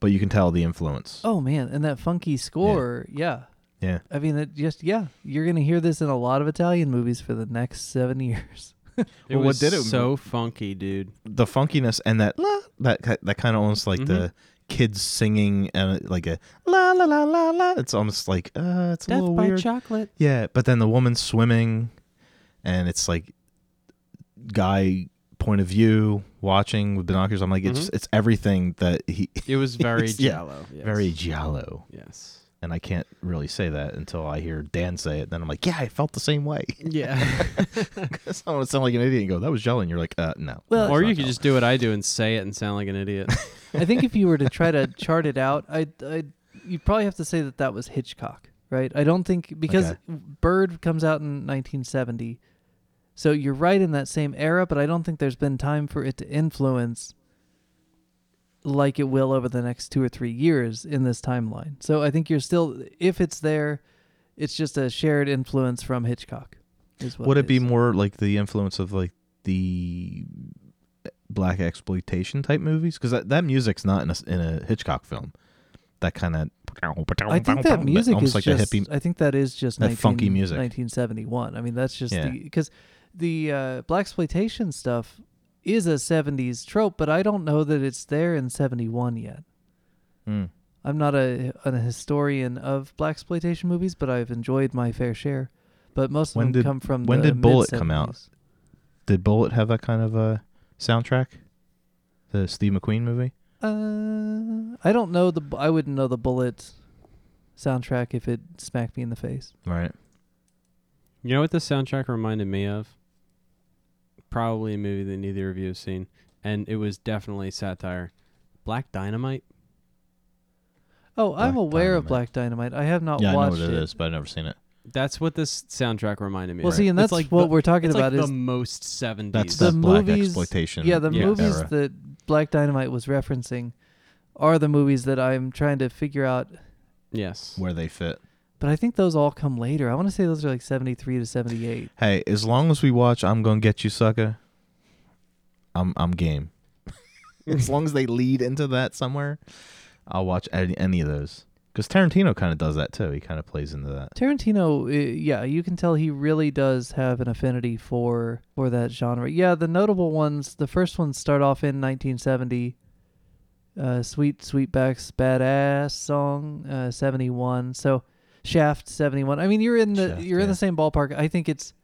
[SPEAKER 3] but you can tell the influence.
[SPEAKER 2] Oh, man. And that funky score. Yeah.
[SPEAKER 3] Yeah.
[SPEAKER 2] I mean, it just, yeah, you're going to hear this in a lot of Italian movies for the next seven years.
[SPEAKER 4] It
[SPEAKER 3] Well, what
[SPEAKER 4] was
[SPEAKER 3] did it-
[SPEAKER 4] so funky, dude.
[SPEAKER 3] The funkiness and that la, that ki- that kind of almost like the kids singing and uh, like a la la la la la. It's almost like uh, it's a
[SPEAKER 4] Death
[SPEAKER 3] little
[SPEAKER 4] by
[SPEAKER 3] weird.
[SPEAKER 4] chocolate.
[SPEAKER 3] Yeah, but then the woman swimming, and it's like guy point of view watching with binoculars. I'm like,
[SPEAKER 4] Mm-hmm.
[SPEAKER 3] it's it's everything that he
[SPEAKER 4] It was very
[SPEAKER 3] Yes, yeah.
[SPEAKER 4] jello. Yes.
[SPEAKER 3] very giallo.
[SPEAKER 4] Yes.
[SPEAKER 3] and I can't really say that until I hear Dan say it. Then I'm like, yeah, I felt the same way.
[SPEAKER 4] Yeah.
[SPEAKER 3] 'Cause I don't want to sound like an idiot and go, that was yelling. You're like, uh, no.
[SPEAKER 2] Well-
[SPEAKER 3] No,
[SPEAKER 4] or
[SPEAKER 3] it's
[SPEAKER 4] you
[SPEAKER 3] not
[SPEAKER 4] could
[SPEAKER 3] yelling.
[SPEAKER 4] just do what I do and say it and sound like an idiot.
[SPEAKER 2] I think if you were to try to chart it out, I, I, you'd probably have to say that that was Hitchcock, right? I don't think because
[SPEAKER 3] Okay.
[SPEAKER 2] Bird comes out in 1970, so you're right in that same era, but I don't think there's been time for it to influence like it will over the next two or three years in this timeline. So I think you're still, if it's there, it's just a shared influence from Hitchcock. Is what
[SPEAKER 3] Would it be
[SPEAKER 2] is.
[SPEAKER 3] more like the influence of like the black exploitation type movies? Because that, that music's not in a, s- in a Hitchcock film. That kind of.
[SPEAKER 2] I think that music
[SPEAKER 3] almost
[SPEAKER 2] is
[SPEAKER 3] like
[SPEAKER 2] just.
[SPEAKER 3] a hippie.
[SPEAKER 2] I think that is just
[SPEAKER 3] that funky music.
[SPEAKER 2] 1971. I mean, that's just
[SPEAKER 3] Yeah.
[SPEAKER 2] the because the uh, black exploitation stuff is a 70s trope, but I don't know that it's there in 71 yet.
[SPEAKER 3] Mm.
[SPEAKER 2] I'm not a an historian of black exploitation movies, but I've enjoyed my fair share. But most of
[SPEAKER 3] When
[SPEAKER 2] them
[SPEAKER 3] did-
[SPEAKER 2] come from
[SPEAKER 3] when
[SPEAKER 2] the
[SPEAKER 3] did Bullet come out?
[SPEAKER 2] mid-70s.
[SPEAKER 3] Did Bullet have that kind of a soundtrack? The Steve McQueen movie?
[SPEAKER 2] Uh, I don't know the. bu- I wouldn't know the Bullet soundtrack if it smacked me in the face.
[SPEAKER 3] Right.
[SPEAKER 4] you know what this soundtrack reminded me of? Probably a movie that neither of you have seen, and it was definitely satire. Black Dynamite.
[SPEAKER 2] Oh, I'm
[SPEAKER 3] Black
[SPEAKER 2] aware of
[SPEAKER 3] Dynamite.
[SPEAKER 2] Black Dynamite. I have not
[SPEAKER 3] yeah, I know
[SPEAKER 2] watched
[SPEAKER 3] what it is, but I've never seen it.
[SPEAKER 4] That's what this soundtrack reminded me.
[SPEAKER 2] Well,
[SPEAKER 4] of.
[SPEAKER 2] see, and
[SPEAKER 4] It's
[SPEAKER 2] that's
[SPEAKER 4] like
[SPEAKER 2] what
[SPEAKER 4] the,
[SPEAKER 2] we're talking
[SPEAKER 4] it's like
[SPEAKER 2] about
[SPEAKER 4] the
[SPEAKER 2] is
[SPEAKER 4] most seventies.
[SPEAKER 3] That's
[SPEAKER 2] the
[SPEAKER 3] that black
[SPEAKER 2] movies-
[SPEAKER 3] exploitation.
[SPEAKER 2] yeah, the
[SPEAKER 4] Yeah.
[SPEAKER 2] movies
[SPEAKER 3] era.
[SPEAKER 2] that Black Dynamite was referencing are the movies that I'm trying to figure out.
[SPEAKER 4] yes.
[SPEAKER 3] where they fit.
[SPEAKER 2] But I think those all come later. I want to say those are like 73 to 78.
[SPEAKER 3] Hey, as long as we watch I'm gonna get you sucker, I'm I'm game. as long as they lead into that somewhere, I'll watch any, any of those. Because Tarantino kind of does that too. He kind of plays into that.
[SPEAKER 2] Tarantino, uh, yeah, you can tell he really does have an affinity for for that genre. Yeah, the notable ones, the first ones start off in 1970. Uh, Sweet Sweetback's Badass song, uh, 71. So Shaft 71. I mean, you're in the
[SPEAKER 3] Shaft,
[SPEAKER 2] you're in
[SPEAKER 3] yeah.
[SPEAKER 2] the same ballpark. I think it's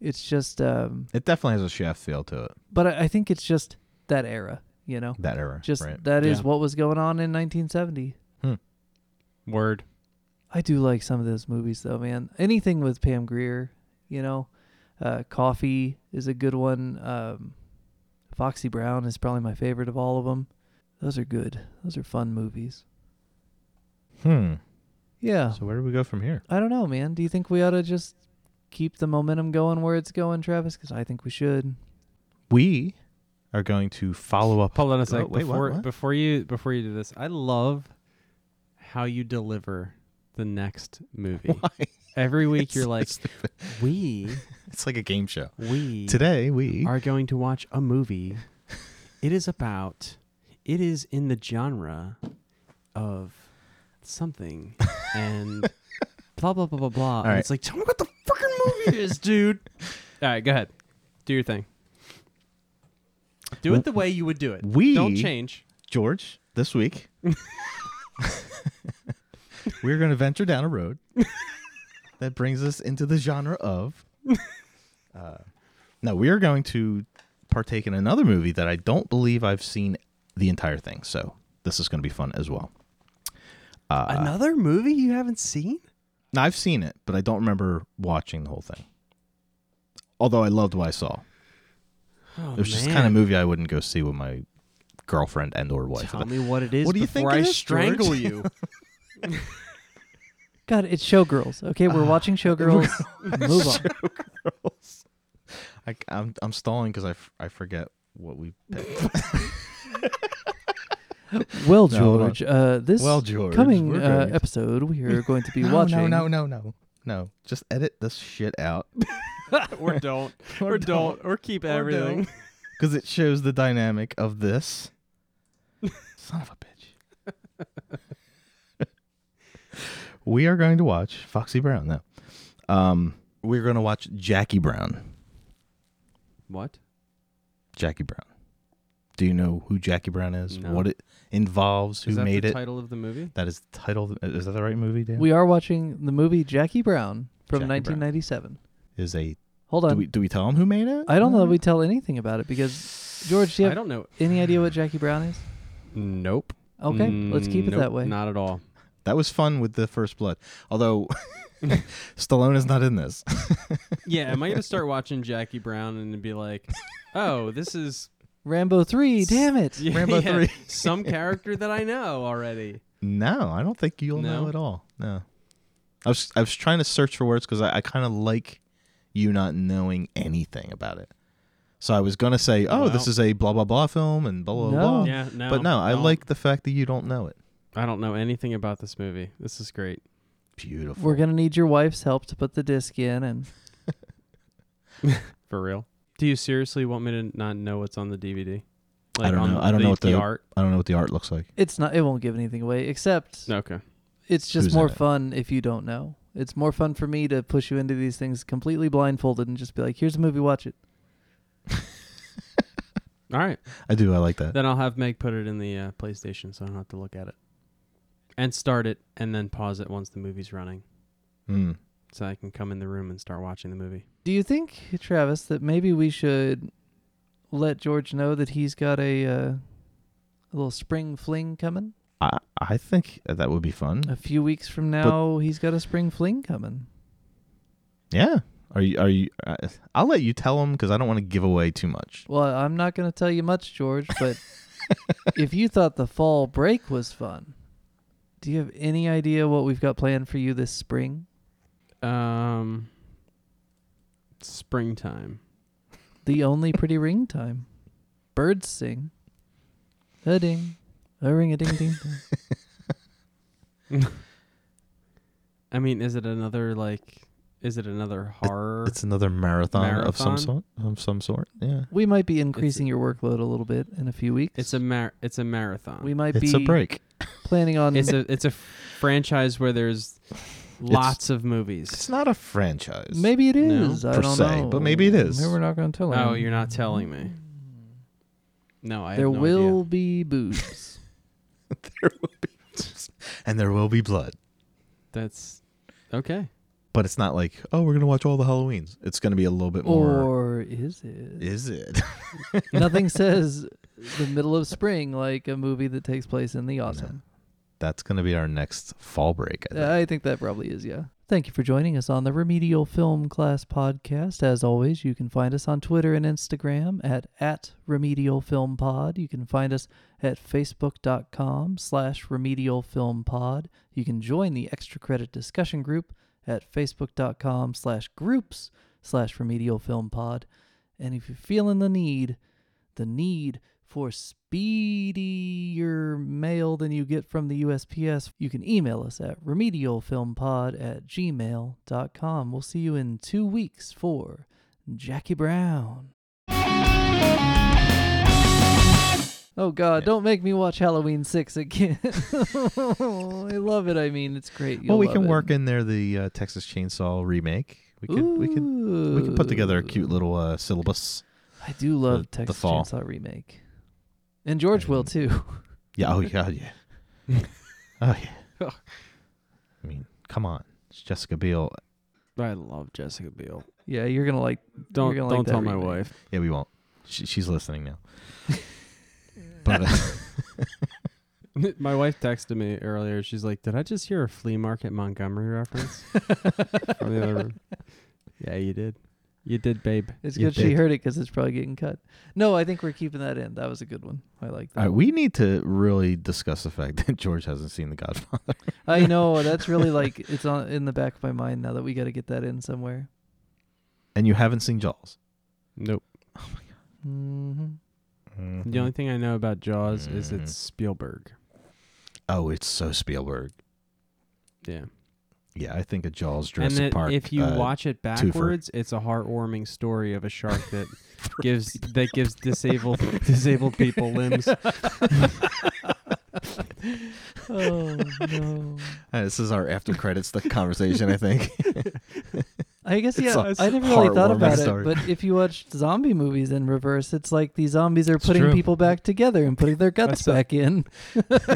[SPEAKER 2] it's just um
[SPEAKER 3] It definitely has a shaft feel to it.
[SPEAKER 2] but I, I think it's just that era, you know.
[SPEAKER 3] That era.
[SPEAKER 2] Just
[SPEAKER 3] right.
[SPEAKER 2] that is
[SPEAKER 4] Yeah.
[SPEAKER 2] what was going on in 1970.
[SPEAKER 4] Word.
[SPEAKER 2] I do like some of those movies though, man. Anything with Pam Grier, you know, uh, Coffee is a good one. Um, Foxy Brown is probably my favorite of all of them. Those are good. Those are fun movies.
[SPEAKER 3] Hmm.
[SPEAKER 4] Oh.
[SPEAKER 2] Yeah,
[SPEAKER 3] So where do we go from here?
[SPEAKER 2] I don't know, man. Do you think we ought to just keep the momentum going where it's going, Travis? Because I think we should.
[SPEAKER 3] We are going to follow up.
[SPEAKER 4] Hold on a sec.
[SPEAKER 3] Oh, wait, what,
[SPEAKER 4] before
[SPEAKER 3] what?
[SPEAKER 4] before you before you do this, I love how you deliver the next movie. Every week you're like,
[SPEAKER 3] It's,
[SPEAKER 4] we
[SPEAKER 3] it's like a game show.
[SPEAKER 4] we
[SPEAKER 3] Today we
[SPEAKER 4] are going to watch a movie. It is about it is in the genre of something and blah blah blah blah blah. And
[SPEAKER 3] right.
[SPEAKER 4] It's like tell me what the fucking movie is, dude. All right, go ahead. Do your thing. Do it the way you would do it.
[SPEAKER 3] We-
[SPEAKER 4] don't change.
[SPEAKER 3] George, this week, we're going to venture down a road that brings us into the genre of. Uh, no, we are going to partake in another movie that I don't believe I've seen the entire thing. So this is going to be fun as well. Uh,
[SPEAKER 4] uh, Another movie you haven't seen?
[SPEAKER 3] Now, I've seen it, but I don't remember watching the whole thing. Although I loved what I saw.
[SPEAKER 4] Oh,
[SPEAKER 3] It was just the kind of movie I wouldn't go see with my girlfriend and or wife.
[SPEAKER 4] Tell me what it is
[SPEAKER 3] What do you
[SPEAKER 4] before
[SPEAKER 3] think it is,
[SPEAKER 4] I
[SPEAKER 3] George?
[SPEAKER 4] strangle you.
[SPEAKER 2] God, it's Showgirls. Okay,
[SPEAKER 3] Ah.
[SPEAKER 2] we're watching Showgirls. Move on.
[SPEAKER 3] I, I'm, I'm stalling because I, f- I forget what we picked.
[SPEAKER 2] Well,
[SPEAKER 3] No, hold on.
[SPEAKER 2] George, uh, this
[SPEAKER 3] Well, George,
[SPEAKER 2] coming
[SPEAKER 3] we're
[SPEAKER 2] uh,
[SPEAKER 3] going to-
[SPEAKER 2] episode, we are going to be
[SPEAKER 3] no,
[SPEAKER 2] watching.
[SPEAKER 3] no, no, no, no. No, just edit this shit out.
[SPEAKER 4] or don't. Or, don't. Or keep everything.
[SPEAKER 3] Because it shows the dynamic of this. Son of a bitch. we are going to watch Foxy Brown now. Um, we're going to watch Jackie Brown.
[SPEAKER 4] What?
[SPEAKER 3] Jackie Brown. Do you know who Jackie Brown is?
[SPEAKER 4] No.
[SPEAKER 3] What it involves? Who
[SPEAKER 4] Is that
[SPEAKER 3] made
[SPEAKER 4] the
[SPEAKER 3] it?
[SPEAKER 4] title of the movie?
[SPEAKER 3] That is the title. Is that the right movie, Dan?
[SPEAKER 2] We are watching the movie Jackie Brown from
[SPEAKER 3] Jackie Brown.
[SPEAKER 2] 1997.
[SPEAKER 3] is a.
[SPEAKER 2] Hold
[SPEAKER 3] Do
[SPEAKER 2] on.
[SPEAKER 3] we do we tell him who made it?
[SPEAKER 2] I don't know that we tell anything about it because George, do you
[SPEAKER 4] I
[SPEAKER 2] have
[SPEAKER 4] don't know.
[SPEAKER 2] any idea what Jackie Brown is?
[SPEAKER 4] Nope.
[SPEAKER 2] Okay, let's keep it
[SPEAKER 4] Mm, Nope,
[SPEAKER 2] that way.
[SPEAKER 4] Not at all.
[SPEAKER 3] That was fun with the first blood. Although Stallone is not in this.
[SPEAKER 4] Yeah, am I gonna start watching Jackie Brown and be like, oh, this is
[SPEAKER 2] Rambo three. Damn it!
[SPEAKER 4] yeah,
[SPEAKER 3] Rambo
[SPEAKER 4] yeah,
[SPEAKER 3] 3.
[SPEAKER 4] some character that I know already.
[SPEAKER 3] No, I don't think you'll
[SPEAKER 4] No?
[SPEAKER 3] know at all. No. I was I was trying to search for words because I, I kind of like you not knowing anything about it. So I was gonna say, oh, this
[SPEAKER 4] Well-
[SPEAKER 3] is a blah blah blah film and blah blah
[SPEAKER 2] No.
[SPEAKER 3] blah.
[SPEAKER 4] Yeah, no.
[SPEAKER 3] Um, but no, I
[SPEAKER 4] don't-
[SPEAKER 3] like the fact that you don't know it.
[SPEAKER 4] I don't know anything about this movie. This is great.
[SPEAKER 3] Beautiful.
[SPEAKER 2] We're gonna need your wife's help to put the disc in, and
[SPEAKER 4] For real. Do you seriously want me to not know what's on the DVD?
[SPEAKER 3] I don't
[SPEAKER 4] on
[SPEAKER 3] know. I don't
[SPEAKER 4] the,
[SPEAKER 3] know what
[SPEAKER 4] the,
[SPEAKER 3] the-
[SPEAKER 4] art.
[SPEAKER 3] I don't know what the art looks like.
[SPEAKER 2] it's not. It won't give anything away. Except
[SPEAKER 4] Okay.
[SPEAKER 2] it's just
[SPEAKER 3] Who's in
[SPEAKER 2] more
[SPEAKER 3] it?
[SPEAKER 2] fun if you don't know. It's more fun for me to push you into these things completely blindfolded and just be like, "Here's a movie, watch it."
[SPEAKER 4] All right.
[SPEAKER 3] I do. I like that.
[SPEAKER 4] Then I'll have Meg put it in the uh, PlayStation so I don't have to look at it. And start it and then pause it once the movie's running
[SPEAKER 3] Mm.
[SPEAKER 4] so I can come in the room and start watching the movie.
[SPEAKER 2] Do you think, Travis, that maybe we should let George know that he's got a uh, a little spring fling coming?
[SPEAKER 3] I I think that would be fun.
[SPEAKER 2] A few weeks from now, he's got a spring fling coming.
[SPEAKER 3] Yeah. Are you are you? Uh, I'll let you tell him because I don't want to give away too much.
[SPEAKER 2] Well, I'm not going to tell you much, George, but if you thought the fall break was fun, do you have any idea what we've got planned for you this spring?
[SPEAKER 4] Um springtime.
[SPEAKER 2] The only pretty ring time. Birds sing. A ding. A ring a ding ding. dong.
[SPEAKER 4] I mean, is it another like Is it another horror?
[SPEAKER 3] It's another marathon, of some
[SPEAKER 4] Marathon?
[SPEAKER 3] sort. Of some sort. Yeah.
[SPEAKER 2] We might be increasing your workload a little bit in a few weeks.
[SPEAKER 4] It's a mar- it's a marathon.
[SPEAKER 2] we might
[SPEAKER 3] It's
[SPEAKER 2] be
[SPEAKER 3] a break.
[SPEAKER 2] planning on
[SPEAKER 4] it's a it's a franchise where there's lots of movies.
[SPEAKER 3] It's not a franchise.
[SPEAKER 2] maybe it
[SPEAKER 4] No.
[SPEAKER 2] is. I
[SPEAKER 3] Per
[SPEAKER 2] don't
[SPEAKER 3] se,
[SPEAKER 2] know.
[SPEAKER 3] but maybe it is.
[SPEAKER 2] Maybe we're not going to tell him.
[SPEAKER 4] Oh, you're not telling me. No, I
[SPEAKER 2] There
[SPEAKER 4] have no idea.
[SPEAKER 2] will be boobs.
[SPEAKER 3] there will be, and there will be blood.
[SPEAKER 4] That's okay.
[SPEAKER 3] But it's not like oh, we're gonna watch all the Halloweens. It's gonna be a little bit more.
[SPEAKER 2] or is it?
[SPEAKER 3] Is it?
[SPEAKER 2] Nothing says the middle of spring like a movie that takes place in the autumn.
[SPEAKER 3] That's gonna be our next fall break. I think.
[SPEAKER 2] Uh, I think that probably is, yeah. Thank you for joining us on the Remedial Film Class Podcast. As always, you can find us on Twitter and Instagram at, at Remedial Film Pod. You can find us at facebook.com slash Remedial Film Pod. You can join the Extra Credit Discussion Group at facebook.com slash groups slash Remedial Film Pod. And if you're feeling the need, the need for speedier mail than you get from the USPS, you can email us at remedialfilmpod at gmail.com. We'll see you in two weeks for Jackie Brown. Oh, God,
[SPEAKER 3] Yeah.
[SPEAKER 2] don't make me watch Halloween 6 again. I love it. I mean, it's great.
[SPEAKER 3] well,
[SPEAKER 2] You'll
[SPEAKER 3] we
[SPEAKER 2] love
[SPEAKER 3] can
[SPEAKER 2] it.
[SPEAKER 3] work in there the uh, Texas Chainsaw remake. We could we could we could put together a cute
[SPEAKER 2] Ooh.
[SPEAKER 3] little uh, syllabus.
[SPEAKER 2] I do love
[SPEAKER 3] the
[SPEAKER 2] Texas
[SPEAKER 3] fall.
[SPEAKER 2] Chainsaw Remake. And George will,
[SPEAKER 3] And-
[SPEAKER 2] too.
[SPEAKER 3] Yeah. Oh yeah. Yeah. oh yeah. I mean, come on. It's Jessica Biel.
[SPEAKER 4] I love Jessica Biel.
[SPEAKER 2] yeah, you're going to like
[SPEAKER 4] Don't
[SPEAKER 2] gonna
[SPEAKER 4] don't
[SPEAKER 2] like that
[SPEAKER 4] tell my
[SPEAKER 2] remake.
[SPEAKER 4] wife.
[SPEAKER 3] Yeah, we won't. She, she's listening now. but uh,
[SPEAKER 4] my wife texted me earlier. She's like, "Did I just hear a flea market Montgomery reference?" From the other room. Yeah, you did. You did, babe.
[SPEAKER 2] It's
[SPEAKER 3] You
[SPEAKER 2] good she
[SPEAKER 3] did.
[SPEAKER 2] heard it because it's probably getting cut. No, I think we're keeping that in. That was a good one. I like
[SPEAKER 3] all
[SPEAKER 2] that.
[SPEAKER 3] right, we need to really discuss the fact that George hasn't seen The Godfather.
[SPEAKER 2] I know that's really like it's on in the back of my mind now that we got to get that in somewhere.
[SPEAKER 3] and you haven't seen Jaws.
[SPEAKER 4] Nope.
[SPEAKER 3] Mm-hmm.
[SPEAKER 2] hmm
[SPEAKER 4] The only thing I know about Jaws is
[SPEAKER 3] Mhm.
[SPEAKER 4] it's Spielberg.
[SPEAKER 3] Oh, it's so Spielberg.
[SPEAKER 4] Yeah.
[SPEAKER 3] Yeah, I think a Jaws Jurassic
[SPEAKER 4] and it-
[SPEAKER 3] Park.
[SPEAKER 4] if you
[SPEAKER 3] uh,
[SPEAKER 4] watch it backwards, it's a heartwarming story of a shark that gives that gives disabled disabled people limbs.
[SPEAKER 2] Oh no!
[SPEAKER 3] Uh, this is our after credits the conversation. I think.
[SPEAKER 2] I guess
[SPEAKER 3] It's
[SPEAKER 2] yeah.
[SPEAKER 3] a
[SPEAKER 2] I never really thought
[SPEAKER 3] heartwarming
[SPEAKER 2] about
[SPEAKER 3] story.
[SPEAKER 2] it. But if you watch zombie movies in reverse, it's like these zombies are
[SPEAKER 3] It's
[SPEAKER 2] putting
[SPEAKER 3] true.
[SPEAKER 2] people back together and putting their guts
[SPEAKER 4] saw-
[SPEAKER 2] back in.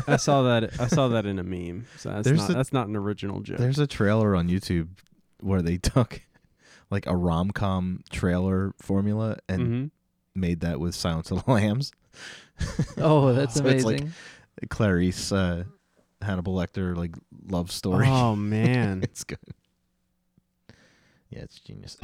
[SPEAKER 4] I saw that I saw that in a meme. So that's
[SPEAKER 3] There's
[SPEAKER 4] not
[SPEAKER 3] a-
[SPEAKER 4] that's not an original joke.
[SPEAKER 3] There's a trailer on YouTube where they took like a rom com trailer formula and
[SPEAKER 4] Mhm.
[SPEAKER 3] made that with Silence of the Lambs.
[SPEAKER 2] Oh, that's
[SPEAKER 3] So it's like-
[SPEAKER 2] amazing.
[SPEAKER 3] Clarice uh, Hannibal Lecter like love story.
[SPEAKER 4] Mm-hmm. Oh man.
[SPEAKER 3] it's good. Yeah, it's genius.